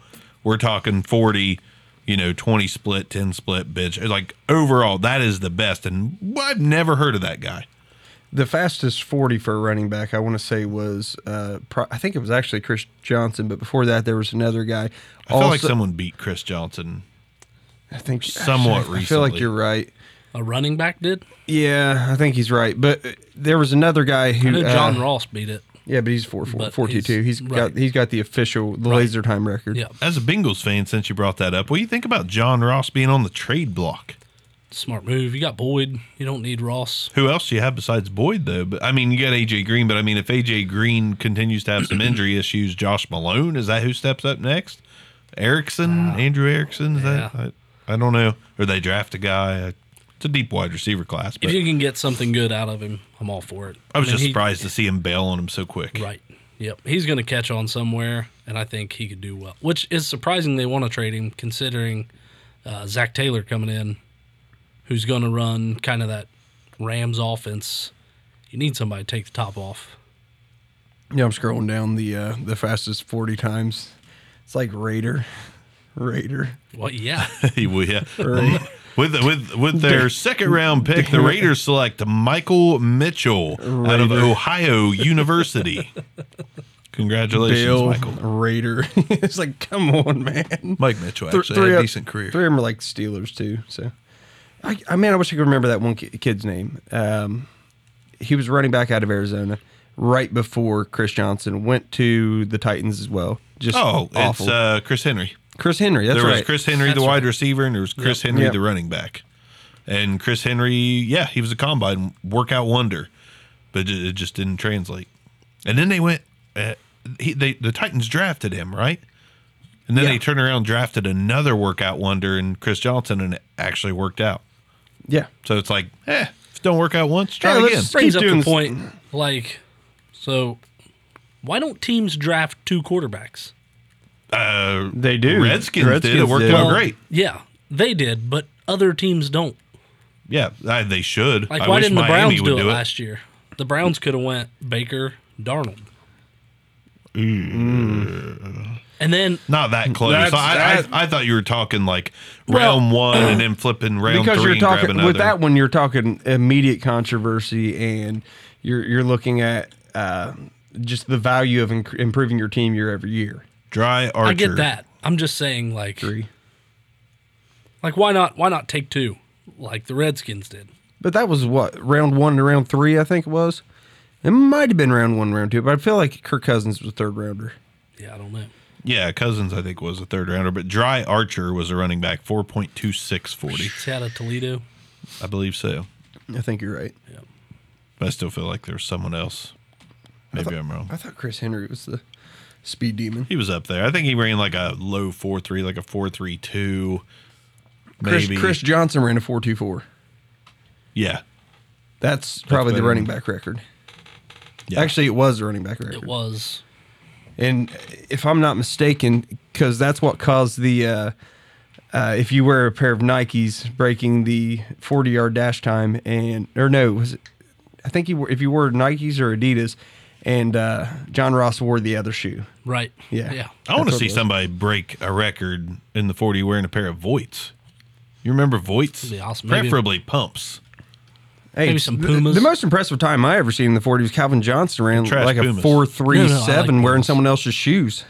Speaker 3: We're talking 40, you know, 20 split, 10 split, bitch. Like overall, that is the best. And I've never heard of that guy.
Speaker 4: The fastest 40 for a running back, I want to say, was uh, pro- I think it was actually Chris Johnson, but before that, there was another guy.
Speaker 3: I feel like someone beat Chris Johnson.
Speaker 4: I think
Speaker 3: somewhat
Speaker 4: I feel like
Speaker 3: recently.
Speaker 4: you're right.
Speaker 2: A running back did.
Speaker 4: Yeah, I think he's right. But uh, there was another guy
Speaker 2: I
Speaker 4: who
Speaker 2: know John
Speaker 4: uh,
Speaker 2: Ross beat it.
Speaker 4: Yeah, but he's four four
Speaker 2: But
Speaker 4: four two
Speaker 2: he's-
Speaker 4: two. He's
Speaker 2: right.
Speaker 4: got he's got the official the laser time record.
Speaker 2: Yeah,
Speaker 3: As a Bengals fan, since you brought that up, what do you think about John Ross being on the trade block?
Speaker 2: smart move. You got Boyd. You don't need Ross.
Speaker 3: Who else do you have besides Boyd, though? But I mean, you got AJ Green, but I mean, if AJ Green continues to have some injury issues, Josh Malone is that who steps up next? Erickson, Andrew Erickson, is that? I, I don't know. Or they draft a guy. I- It's a deep wide receiver class, but
Speaker 2: If you can get something good out of him, I'm all for it.
Speaker 3: I was
Speaker 2: mean,
Speaker 3: just
Speaker 2: he-
Speaker 3: surprised to see him bail on him so quick.
Speaker 2: Right. Yep. He's going to catch on somewhere, and I think he could do well. Which is surprising they want to trade him, considering uh, Zach Taylor coming in, who's going to run kind of that Rams offense. You need somebody to take the top off.
Speaker 4: Yeah, I'm scrolling down the uh, the fastest forty times. It's like Raider, Raider.
Speaker 2: Well, yeah.
Speaker 3: (laughs) He will, yeah. With, with with their second round pick, the Raiders select Michael Mitchell out of
Speaker 4: Raider.
Speaker 3: Ohio University. Congratulations,
Speaker 4: Bill
Speaker 3: Michael.
Speaker 4: Raider. (laughs) it's like, come on, man.
Speaker 3: Mike Mitchell
Speaker 4: Th-
Speaker 3: actually had
Speaker 4: of-
Speaker 3: a decent career.
Speaker 4: Three of them are like Steelers too. So, I, I man, I wish I could remember that one ki- kid's name. Um, he was running back out of Arizona right before Chris Johnson went to the Titans as well. Just
Speaker 3: Oh,
Speaker 4: awful.
Speaker 3: it's uh, Chris Henry.
Speaker 4: Chris Henry. That's
Speaker 3: there was
Speaker 4: right.
Speaker 3: Chris Henry, the
Speaker 2: That's
Speaker 3: wide
Speaker 2: right.
Speaker 3: receiver, and there was Chris Henry,
Speaker 4: Yep.
Speaker 3: the running back. And Chris Henry, yeah, he was a combine workout wonder, but it, it just didn't translate. And then they went, uh, he, they the Titans drafted him, right? And then
Speaker 4: Yeah.
Speaker 3: they turned around, and drafted another workout wonder, and Chris Johnson, and it actually worked out.
Speaker 4: Yeah.
Speaker 3: So it's like, eh, if it don't work out once, try
Speaker 4: Hey,
Speaker 3: it
Speaker 4: let's
Speaker 3: again.
Speaker 4: bring-
Speaker 2: brings up
Speaker 4: doing
Speaker 2: the
Speaker 4: this-
Speaker 2: point. Like, so why don't teams draft two quarterbacks?
Speaker 3: Uh,
Speaker 4: They do.
Speaker 3: Redskins, did. It
Speaker 4: Redskins
Speaker 3: worked
Speaker 4: did.
Speaker 3: out
Speaker 4: Well,
Speaker 3: Oh, great.
Speaker 2: Yeah, they did, but other teams don't.
Speaker 3: Yeah, I, they should.
Speaker 2: Like,
Speaker 3: I
Speaker 2: why
Speaker 3: wish
Speaker 2: didn't the
Speaker 3: Miami
Speaker 2: Browns
Speaker 3: would
Speaker 2: do it, last year? The Browns could have went Baker, Darnold.
Speaker 3: Mm.
Speaker 2: And then
Speaker 3: Not that close.
Speaker 4: That's-
Speaker 3: I,
Speaker 4: that-
Speaker 3: I, I thought you were talking like round one and then
Speaker 4: (clears throat)
Speaker 3: flipping round
Speaker 4: because
Speaker 3: three
Speaker 4: you're
Speaker 3: and
Speaker 4: talking
Speaker 3: grabbing another.
Speaker 4: with that one you're talking immediate controversy and you're you're looking at uh, just the value of inc- improving your team year every year
Speaker 3: Dry Archer.
Speaker 2: I get that. I'm just saying, like,
Speaker 4: three
Speaker 2: like why not? Why not take two, like the Redskins did?
Speaker 4: but that was what round one to round three i think it was it might have been round one round two but i feel like kirk cousins was a third rounder
Speaker 2: Yeah, I don't know.
Speaker 3: Yeah, Cousins I think was a third rounder, but Dry Archer was a running back, four point two six forty,
Speaker 2: It's out of Toledo.
Speaker 3: I believe so.
Speaker 4: i think you're right
Speaker 3: But I still feel like there's someone else. Maybe I'm wrong.
Speaker 4: i thought chris henry was the speed demon
Speaker 3: He was up there. I think he ran like a low four three, like a four three two.
Speaker 4: chris,
Speaker 3: Maybe
Speaker 4: chris johnson ran a 424
Speaker 3: yeah.
Speaker 4: that's, probably the
Speaker 3: better
Speaker 4: running
Speaker 3: than-
Speaker 4: back record
Speaker 3: Yeah.
Speaker 4: actually it was the running back record
Speaker 2: It was
Speaker 4: and if I'm not mistaken, because that's what caused the uh, uh, if you wear a pair of Nikes breaking the 40 yard dash time, and or no, was it, I think you were if you wore Nikes or Adidas, and uh, John Ross wore the other shoe.
Speaker 2: right.
Speaker 4: Yeah.
Speaker 2: yeah.
Speaker 3: I want to
Speaker 4: That's what
Speaker 3: see
Speaker 4: it was.
Speaker 3: somebody break a record in the 40 wearing a pair of Voits. You remember Voits?
Speaker 2: That'd be awesome. Maybe-
Speaker 3: Preferably pumps.
Speaker 4: Hey,
Speaker 2: Maybe some
Speaker 4: the-
Speaker 2: Pumas.
Speaker 4: The, most impressive time I ever seen in the 40 was Calvin Johnston ran
Speaker 3: Trash
Speaker 4: like
Speaker 3: Pumas.
Speaker 4: a four three
Speaker 2: No, no, I like
Speaker 4: seven wearing
Speaker 2: Pumas.
Speaker 4: someone
Speaker 2: (laughs)
Speaker 4: else's shoes.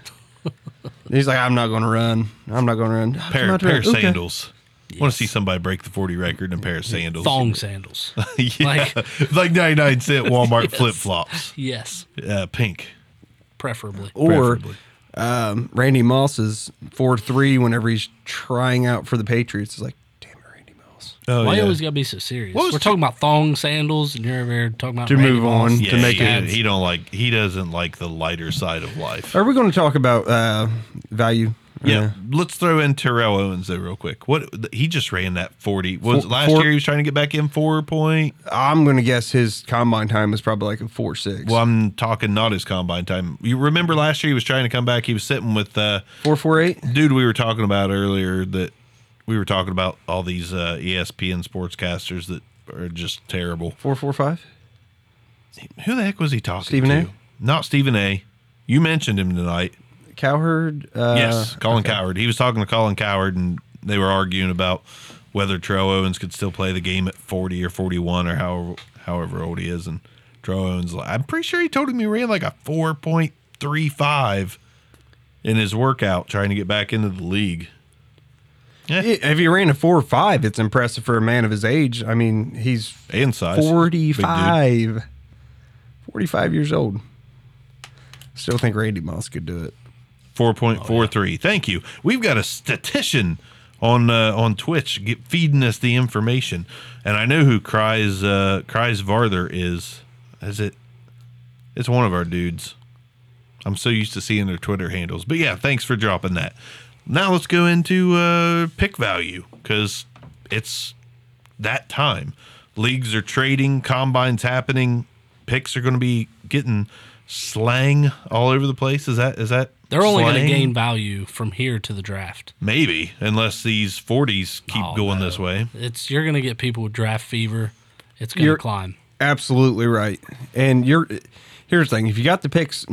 Speaker 4: And He's like, I'm not going to run. I'm not going to run. I'm
Speaker 3: pair,
Speaker 4: not
Speaker 3: pair
Speaker 4: gonna
Speaker 3: of
Speaker 4: run." Okay.
Speaker 3: sandals. Want to see somebody break the 40 record in a pair of sandals.
Speaker 2: Thong sandals.
Speaker 3: (laughs) yeah.
Speaker 2: like-
Speaker 3: (laughs) Like, 99 cent Walmart flip flops.
Speaker 2: yes,
Speaker 3: Uh, pink.
Speaker 2: preferably.
Speaker 4: Or um,
Speaker 3: preferably.
Speaker 4: Randy Moss is four three whenever he's trying out for the Patriots. It's like, damn it, Randy Moss.
Speaker 3: Oh,
Speaker 2: why
Speaker 3: yeah.
Speaker 2: you always gotta be so serious?
Speaker 3: What was
Speaker 2: We're
Speaker 3: t-
Speaker 2: talking about thong sandals, and you're over here talking about
Speaker 4: To
Speaker 2: Randy
Speaker 4: move
Speaker 2: Moss.
Speaker 4: on.
Speaker 3: yeah,
Speaker 4: to make
Speaker 3: he,
Speaker 2: ads.
Speaker 3: he don't like he doesn't like the lighter side of life.
Speaker 4: Are we going to talk about uh, value?
Speaker 3: Yeah, let's throw in Terrell Owens though real quick. What he just ran that forty was
Speaker 4: Four-
Speaker 3: last
Speaker 4: four-
Speaker 3: year he was trying to get back in four point.
Speaker 4: Uh, I'm going to guess his combine time is probably like a four six.
Speaker 3: Well, I'm talking not his combine time. You remember last year he was trying to come back. He was sitting with uh,
Speaker 4: four four eight.
Speaker 3: dude we were talking about earlier that we were talking about all these uh, ESPN sportscasters that are just terrible.
Speaker 4: Four four five.
Speaker 3: Who the heck was he talking
Speaker 4: Stephen
Speaker 3: to?
Speaker 4: A?
Speaker 3: Not Stephen A. You mentioned him tonight.
Speaker 4: Cowherd. Uh,
Speaker 3: yes, Colin Coward. He was talking to Colin Coward, and they were arguing about whether Terrell Owens could still play the game at 40 or 41 or however however old he is. And Terrell Owens, like, I'm pretty sure he told him he ran like a 4.35 in his workout trying to get back into the league.
Speaker 4: If he ran a four or five, it's impressive for a man of his age. I mean, he's
Speaker 3: And size. Big dude.
Speaker 4: 45. 45 years old. Still think Randy Moss could do it.
Speaker 3: 4.43. Thank you. We've got a statistician on uh, on Twitch get, feeding us the information. And I know who Cries uh, Cries Varther is. Is it? It's one of our dudes. I'm so used to seeing their Twitter handles. But yeah, thanks for dropping that. Now let's go into uh, pick value because it's that time. Leagues are trading, combines happening, picks are going to be getting slang all over the place. Is that is that
Speaker 2: They're only going to
Speaker 3: slang?
Speaker 2: gain value from here to the draft.
Speaker 3: Maybe, unless these 40s keep
Speaker 2: Oh,
Speaker 3: going
Speaker 2: no.
Speaker 3: this way.
Speaker 2: It's you're going to get people with draft fever. It's going to
Speaker 4: You're-
Speaker 2: climb.
Speaker 4: Absolutely right. And you're here's the thing: if you got the picks,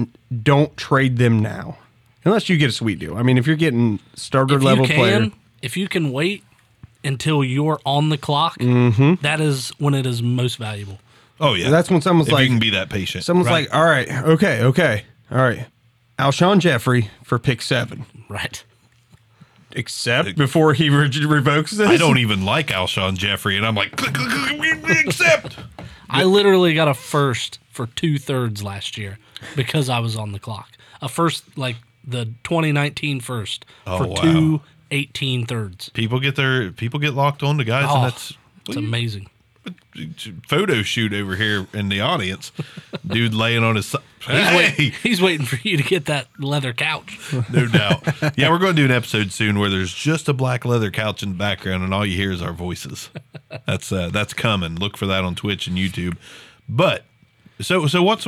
Speaker 4: don't trade them now, unless you get a sweet deal. I mean, if you're getting starter
Speaker 2: If
Speaker 4: level
Speaker 2: you can,
Speaker 4: player,
Speaker 2: if you can wait until you're on the clock,
Speaker 4: Mm-hmm.
Speaker 2: that is when it is most valuable.
Speaker 3: Oh yeah,
Speaker 4: that's when someone's
Speaker 3: if
Speaker 4: like,
Speaker 3: you can be that patient.
Speaker 4: someone's
Speaker 2: right.
Speaker 4: like, "All right, okay, okay, all right." Alshon Jeffrey for pick seven,
Speaker 2: Right.
Speaker 4: except before he re- revokes this.
Speaker 3: I don't even like Alshon Jeffrey, and I'm like, (laughs) click, click, click, we- we accept.
Speaker 2: I literally got a first for two thirds last year because I was on the clock. A first, like the 2019 first
Speaker 3: Oh,
Speaker 2: for
Speaker 3: wow.
Speaker 2: two 18 thirds.
Speaker 3: people get their people get locked on to guys,
Speaker 2: Oh,
Speaker 3: and that's
Speaker 2: It's amazing.
Speaker 3: photo shoot over here in the audience. Dude laying on his side.
Speaker 2: He's, wait-
Speaker 3: Hey,
Speaker 2: he's waiting for you to get that leather couch.
Speaker 3: no doubt. Yeah, we're going to do an episode soon where there's just a black leather couch in the background, and all you hear is our voices. That's uh, that's coming. Look for that on Twitch and YouTube. But so so what's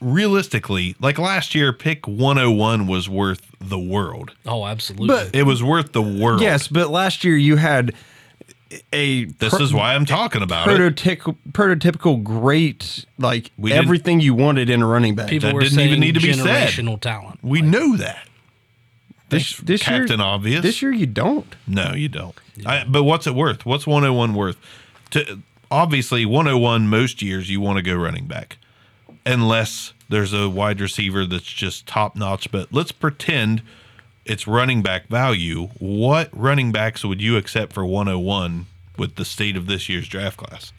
Speaker 3: realistically like last year? Pick 101 was worth the world.
Speaker 2: Oh, absolutely.
Speaker 4: But-
Speaker 3: It was worth the world.
Speaker 4: Yes, but last year you had a
Speaker 3: This is why I'm talking about it.
Speaker 4: prototypical, prototypical great, like
Speaker 3: We didn't-
Speaker 4: everything you wanted in a running back.
Speaker 2: People
Speaker 3: that
Speaker 2: were
Speaker 3: didn't
Speaker 2: saying
Speaker 3: even need to be said.
Speaker 2: generational talent.
Speaker 3: We know that.
Speaker 4: this,
Speaker 3: Thanks,
Speaker 4: this
Speaker 3: Captain
Speaker 4: year,
Speaker 3: Obvious.
Speaker 4: This year you don't.
Speaker 3: No, you don't. I, but what's it worth? What's 101 worth? To obviously 101 most years you want to go running back. Unless there's a wide receiver that's just top notch, but let's pretend it's running back value. What running backs would you accept for 101 with the state of this year's draft class?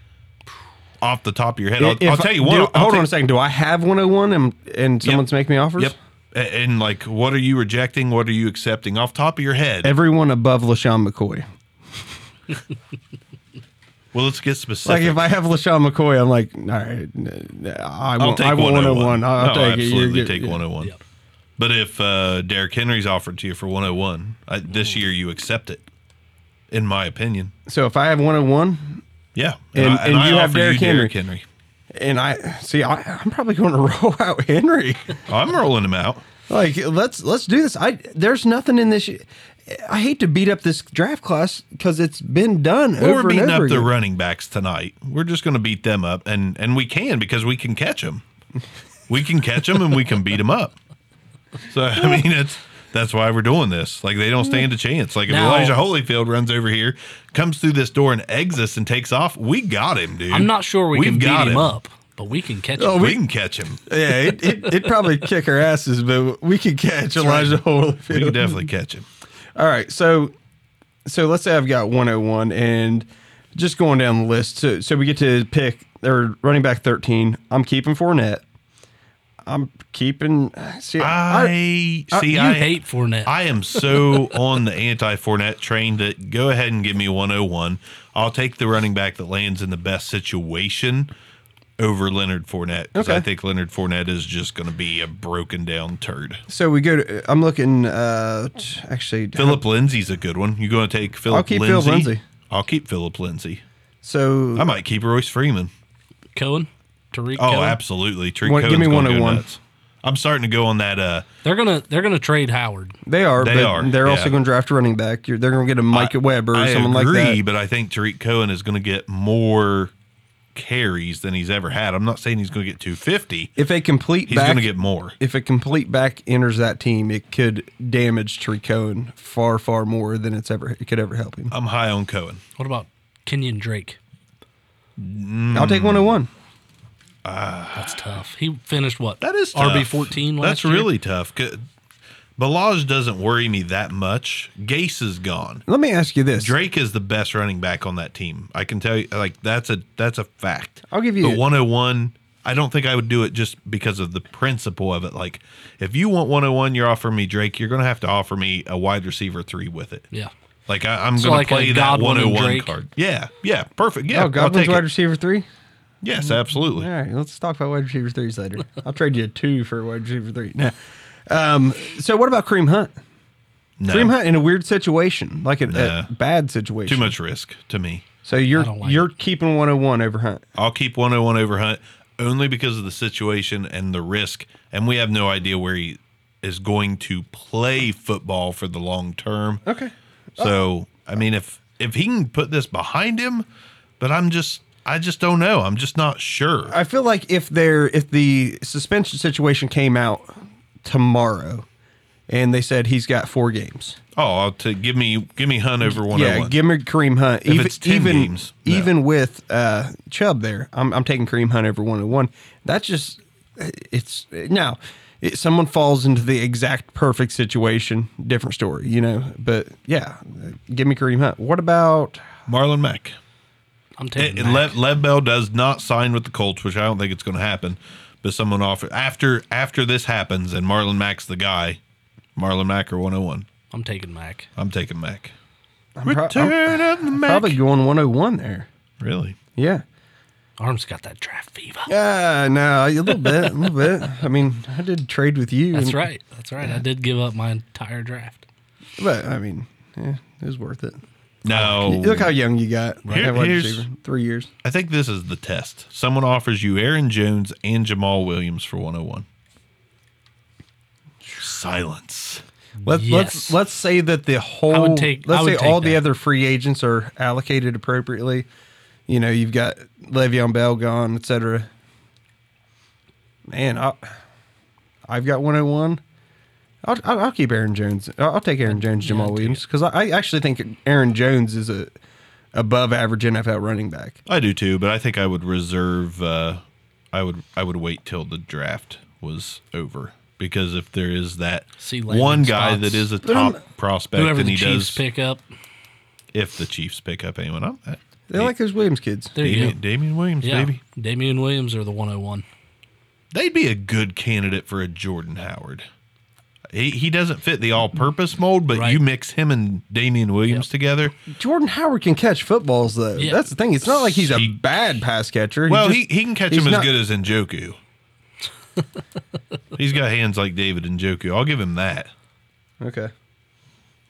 Speaker 3: Off the top of your head, I'll,
Speaker 4: If-
Speaker 3: I'll tell you
Speaker 4: do-
Speaker 3: one. I'll
Speaker 4: hold
Speaker 3: take-
Speaker 4: on a second. Do I have 101 and, and someone's making me offers?
Speaker 3: Yep. A- And like, what are you rejecting? What are you accepting? Off top of your head.
Speaker 4: Everyone above LaShawn McCoy.
Speaker 3: well, let's get
Speaker 4: Like
Speaker 3: specific.
Speaker 4: if I have LaShawn McCoy, I'm like, all right, n- n- I
Speaker 3: I'll
Speaker 4: want,
Speaker 3: take
Speaker 4: I want
Speaker 3: 101.
Speaker 4: 101. I'll
Speaker 3: No,
Speaker 4: take
Speaker 3: I
Speaker 4: it. You-
Speaker 3: absolutely
Speaker 4: you-
Speaker 3: take 101.
Speaker 2: Yep.
Speaker 3: But if uh, Derrick Henry's offered to you for 101, I, this year you accept it, in my opinion.
Speaker 4: So if I have 101
Speaker 3: Yeah.
Speaker 4: And-
Speaker 3: I,
Speaker 4: and
Speaker 3: I
Speaker 4: you have
Speaker 3: offer
Speaker 4: Derrick Henry.
Speaker 3: Derrick Henry.
Speaker 4: and I see, I, I'm probably going to (laughs) roll out Henry.
Speaker 3: I'm rolling him out.
Speaker 4: Like let's let's do this. I there's nothing in this. I hate to beat up this draft class because it's been done
Speaker 3: We're
Speaker 4: over
Speaker 3: beating
Speaker 4: and
Speaker 3: up
Speaker 4: over
Speaker 3: the
Speaker 4: again.
Speaker 3: running backs tonight. We're just going to beat them up, and and we can because we can catch them. We can catch them, and we can beat them up. So I mean, it's that's why we're doing this. Like they don't stand a chance. Like if
Speaker 2: Now-
Speaker 3: Elijah Holyfield runs over here, comes through this door, and exits and takes off, we got him, dude.
Speaker 2: I'm not sure we
Speaker 3: We've
Speaker 2: can beat
Speaker 3: got Oh,
Speaker 2: him up, but we can catch him.
Speaker 3: We, can catch him.
Speaker 4: yeah, it, it, it'd probably kick our asses, but we could catch Elijah Holyfield.
Speaker 3: We can definitely catch
Speaker 2: (laughs)
Speaker 3: him.
Speaker 4: All right, so so let's say I've got 101 and just going down the list. So so we get to pick or running back 13. I'm keeping Fournette. I'm keeping. See, I,
Speaker 3: I, see.
Speaker 2: you
Speaker 3: I
Speaker 2: hate Fournette.
Speaker 3: I am so on the anti Fournette train that go ahead and give me 101. I'll take the running back that lands in the best situation over Leonard Fournette because I
Speaker 4: Okay.
Speaker 3: think Leonard Fournette is just going to be a broken down turd.
Speaker 4: so we go. To, I'm looking. Uh, t- actually,
Speaker 3: Philip Lindsay's a good one. You going to take Philip?
Speaker 4: I'll keep
Speaker 3: Lindsay?
Speaker 4: Philip Lindsay.
Speaker 3: I'll keep Philip Lindsay.
Speaker 4: So
Speaker 3: I might keep Royce Freeman.
Speaker 2: Cohen, Tariq
Speaker 3: Oh,
Speaker 2: Cohen.
Speaker 3: absolutely. Tariq
Speaker 4: One- give
Speaker 3: Cohen's
Speaker 4: me
Speaker 3: gonna go
Speaker 4: 101.
Speaker 3: nuts. I'm starting to go on that. Uh,
Speaker 2: They're gonna they're gonna trade Howard.
Speaker 4: They are.
Speaker 3: They
Speaker 4: but
Speaker 3: are,
Speaker 4: They're also
Speaker 3: yeah.
Speaker 4: going to draft a running back. You're, they're going to get a Micah Webb or
Speaker 3: I
Speaker 4: someone
Speaker 3: agree,
Speaker 4: like that.
Speaker 3: but I think Tariq Cohen is going to get more carries than he's ever had. I'm not saying he's going to get 250.
Speaker 4: If a complete
Speaker 3: He's
Speaker 4: back,
Speaker 3: going to get more.
Speaker 4: if a complete back enters that team, it could damage Tree Cohen far, far more than it's ever it could ever help him.
Speaker 3: I'm high on Cohen.
Speaker 2: What about Kenyon Drake?
Speaker 3: Mm.
Speaker 4: I'll take 101.
Speaker 2: That's tough. He finished what?
Speaker 3: That is tough.
Speaker 2: RB fourteen.
Speaker 3: That's really tough. C- Balaj doesn't worry me that much. Gase is gone.
Speaker 4: Let me ask you this.
Speaker 3: Drake is the best running back on that team. I can tell you, like that's a that's a fact.
Speaker 4: I'll give you-
Speaker 3: the 101. I don't think I would do it just because of the principle of it. Like, if you want 101, you're offering me Drake. You're going to have to offer me a wide receiver three with it.
Speaker 2: Yeah.
Speaker 3: Like I, I'm
Speaker 2: So
Speaker 3: going
Speaker 2: like a
Speaker 3: to play that
Speaker 2: Godwin and
Speaker 3: 101
Speaker 2: Drake?
Speaker 3: card. Yeah, yeah, perfect. Yeah,
Speaker 4: oh, Godwin's
Speaker 3: I'll
Speaker 4: wide
Speaker 3: take it.
Speaker 4: receiver three.
Speaker 3: Yes, absolutely.
Speaker 4: All right, let's talk about wide receiver threes later. I'll trade you a two for a wide receiver three. No. Um, so what about Cream Hunt?
Speaker 3: No,
Speaker 4: Cream Hunt in a weird situation, like a,
Speaker 3: Nah.
Speaker 4: a bad situation.
Speaker 3: too much risk to me.
Speaker 4: So you're
Speaker 2: don't like
Speaker 4: you're keeping 101 over Hunt.
Speaker 3: I'll keep 101 over Hunt only because of the situation and the risk. And we have no idea where he is going to play football for the long term.
Speaker 4: Okay. Oh.
Speaker 3: So, I mean, if if he can put this behind him, but I'm just, I just don't know. I'm just not sure.
Speaker 4: I feel like if there if the suspension situation came out tomorrow and they said he's got four games.
Speaker 3: oh, I'll t- give me, give me Hunt over 101.
Speaker 4: Yeah, give me Kareem Hunt. even
Speaker 3: it's 10
Speaker 4: even,
Speaker 3: games, no.
Speaker 4: even with uh, Chubb there, I'm, I'm taking Kareem Hunt over 101. That's just it's now it, someone falls into the exact perfect situation, different story, you know. But yeah, give me Kareem Hunt. What about
Speaker 3: Marlon Mack.
Speaker 2: I'm
Speaker 3: It,
Speaker 2: taking
Speaker 3: it,
Speaker 2: Mac.
Speaker 3: Lev, Lev Bell does not sign with the Colts, which I don't think it's going to happen. But someone offer after after this happens, and Marlon Mack's the guy. Marlon Mack or 101.
Speaker 2: I'm taking Mac.
Speaker 3: I'm taking Mac.
Speaker 4: pro-
Speaker 3: Return of the Mac.
Speaker 4: probably going 101 there?
Speaker 3: Really?
Speaker 4: Yeah.
Speaker 2: Arm's got that draft fever.
Speaker 4: Uh, no, a little bit, a little bit. (laughs) I mean, I did trade with you.
Speaker 2: That's
Speaker 4: and-
Speaker 2: right. That's right. I did give up my entire draft.
Speaker 4: But I mean, yeah, it was worth it.
Speaker 3: No.
Speaker 4: Look how young you got.
Speaker 3: Oh. Here-
Speaker 4: That wide
Speaker 3: here's-
Speaker 4: receiver. Three years.
Speaker 3: I think this is the test. Someone offers you Aaron Jones and Jamal Williams for 101. Silence.
Speaker 4: Let's let's
Speaker 2: Yes.
Speaker 4: let's say that the whole
Speaker 2: take- I
Speaker 4: let's
Speaker 2: would
Speaker 4: say
Speaker 2: take
Speaker 4: all the
Speaker 2: that.
Speaker 4: other free agents are allocated appropriately. You know, you've got Le'Veon Bell gone, et cetera. Man, I, I've got 101. I'll, I'll, I'll keep Aaron Jones. I'll, I'll take Aaron Jones, Jamal Williams, because I, I actually think Aaron Jones is a above average NFL running back.
Speaker 3: I do too, but I think I would reserve. Uh, I would I would wait till the draft was over because if there is that
Speaker 2: See landing
Speaker 3: one guy
Speaker 2: spots.
Speaker 3: that is a
Speaker 4: But I'm-
Speaker 3: top prospect
Speaker 2: Whoever
Speaker 3: and
Speaker 2: the
Speaker 3: he
Speaker 2: Chiefs
Speaker 3: does,
Speaker 2: pick up,
Speaker 3: if the Chiefs pick up anyone, I'm uh,
Speaker 4: They like those Williams kids.
Speaker 2: there you
Speaker 3: Damian,
Speaker 2: go.
Speaker 3: Damian Williams,
Speaker 2: Yeah,
Speaker 3: baby.
Speaker 2: Damian Williams or the 101.
Speaker 3: They'd be a good candidate for a Jordan Howard. He, he doesn't fit the all-purpose mold, but
Speaker 2: Right.
Speaker 3: you mix him and Damian Williams together.
Speaker 4: Jordan Howard can catch footballs though.
Speaker 2: Yeah.
Speaker 4: That's the thing. It's not like he's a
Speaker 3: He-
Speaker 4: bad pass catcher.
Speaker 3: Well,
Speaker 4: just-
Speaker 3: he, he can catch
Speaker 4: he's
Speaker 3: him as
Speaker 4: not-
Speaker 3: good
Speaker 2: (laughs)
Speaker 3: as Njoku. he's got hands like David Njoku. I'll give him that.
Speaker 4: Okay.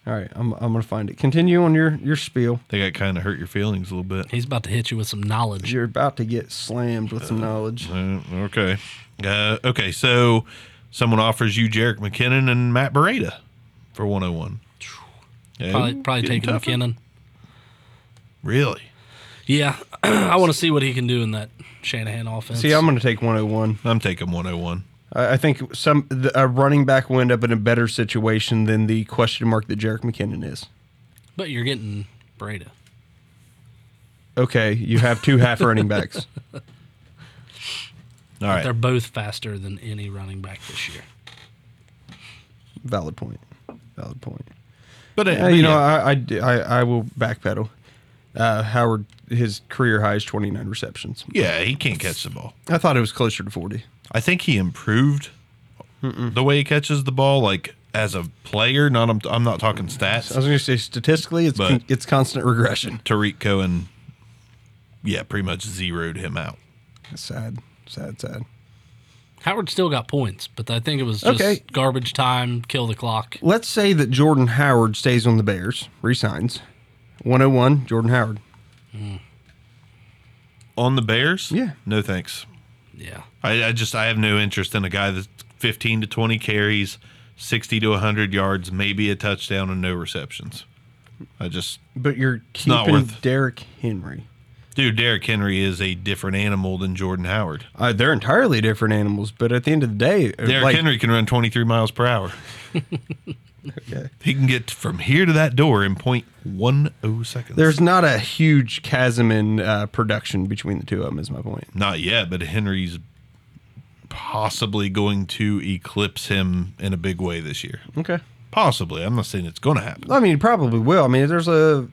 Speaker 4: All right, I'm I'm gonna find it. Continue on your your spiel.
Speaker 3: I think that kind of hurt your feelings a little bit.
Speaker 2: He's about to hit you with some knowledge.
Speaker 4: You're about to get slammed with some knowledge.
Speaker 3: Uh, okay. Uh, okay, so someone offers you Jarek McKinnon and Matt Beretta for 101. Yeah,
Speaker 2: Probably,
Speaker 3: ooh,
Speaker 2: probably
Speaker 3: getting
Speaker 2: taking
Speaker 3: tougher.
Speaker 2: McKinnon.
Speaker 3: Really?
Speaker 2: Yeah, (clears throat) I want to see what he can do in that Shanahan offense.
Speaker 4: See, I'm gonna take 101.
Speaker 3: I'm taking 101.
Speaker 4: I, I think some the, a running back will end up in a better situation than the question mark that Jarek McKinnon is.
Speaker 2: but you're getting Breda.
Speaker 4: Okay, you have
Speaker 3: (laughs)
Speaker 4: two half running backs.
Speaker 3: All right.
Speaker 2: They're both faster than any running back this year.
Speaker 4: Valid point. Valid point.
Speaker 3: But uh,
Speaker 4: Uh, you know,
Speaker 3: yeah.
Speaker 4: I, I d- I- I will backpedal. Uh, Howard, his career high is 29 receptions.
Speaker 3: yeah, he can't catch the ball.
Speaker 4: I thought it was closer to 40.
Speaker 3: I think he improved the way he catches the ball, like as a player. Not I'm, I'm not talking
Speaker 4: I was
Speaker 3: stats.
Speaker 4: going to say statistically, it's
Speaker 3: But-
Speaker 4: con- it's constant regression.
Speaker 3: Tariq Cohen, yeah, pretty much zeroed him out.
Speaker 4: Sad, sad, sad.
Speaker 2: Howard still got points, but I think it was just
Speaker 4: Okay.
Speaker 2: garbage time, kill the clock.
Speaker 4: Let's say that Jordan Howard stays on the Bears, resigns. 101, Jordan Howard.
Speaker 3: On the Bears,
Speaker 4: Yeah.
Speaker 3: no thanks.
Speaker 2: Yeah.
Speaker 3: I, I just I have no interest in a guy that's 15 to 20 carries, 60 to 100 yards, maybe a touchdown, and no receptions. I just
Speaker 4: But you're
Speaker 3: not
Speaker 4: keeping
Speaker 3: worth-
Speaker 4: Derrick Henry.
Speaker 3: Dude, Derrick Henry is a different animal than Jordan Howard.
Speaker 4: Uh, they're entirely different animals, but at the end of the day, uh,
Speaker 3: Derrick
Speaker 4: like,
Speaker 3: Henry can run 23 miles per hour. He can get from here to that door in 0.10 seconds.
Speaker 4: there's not a huge chasm in uh, production between the two of them. Is my point.
Speaker 3: not yet, but Henry's possibly going to eclipse him in a big way this year.
Speaker 4: Okay.
Speaker 3: Possibly. I'm not saying it's going to happen.
Speaker 4: I mean, probably will. I mean, there's a,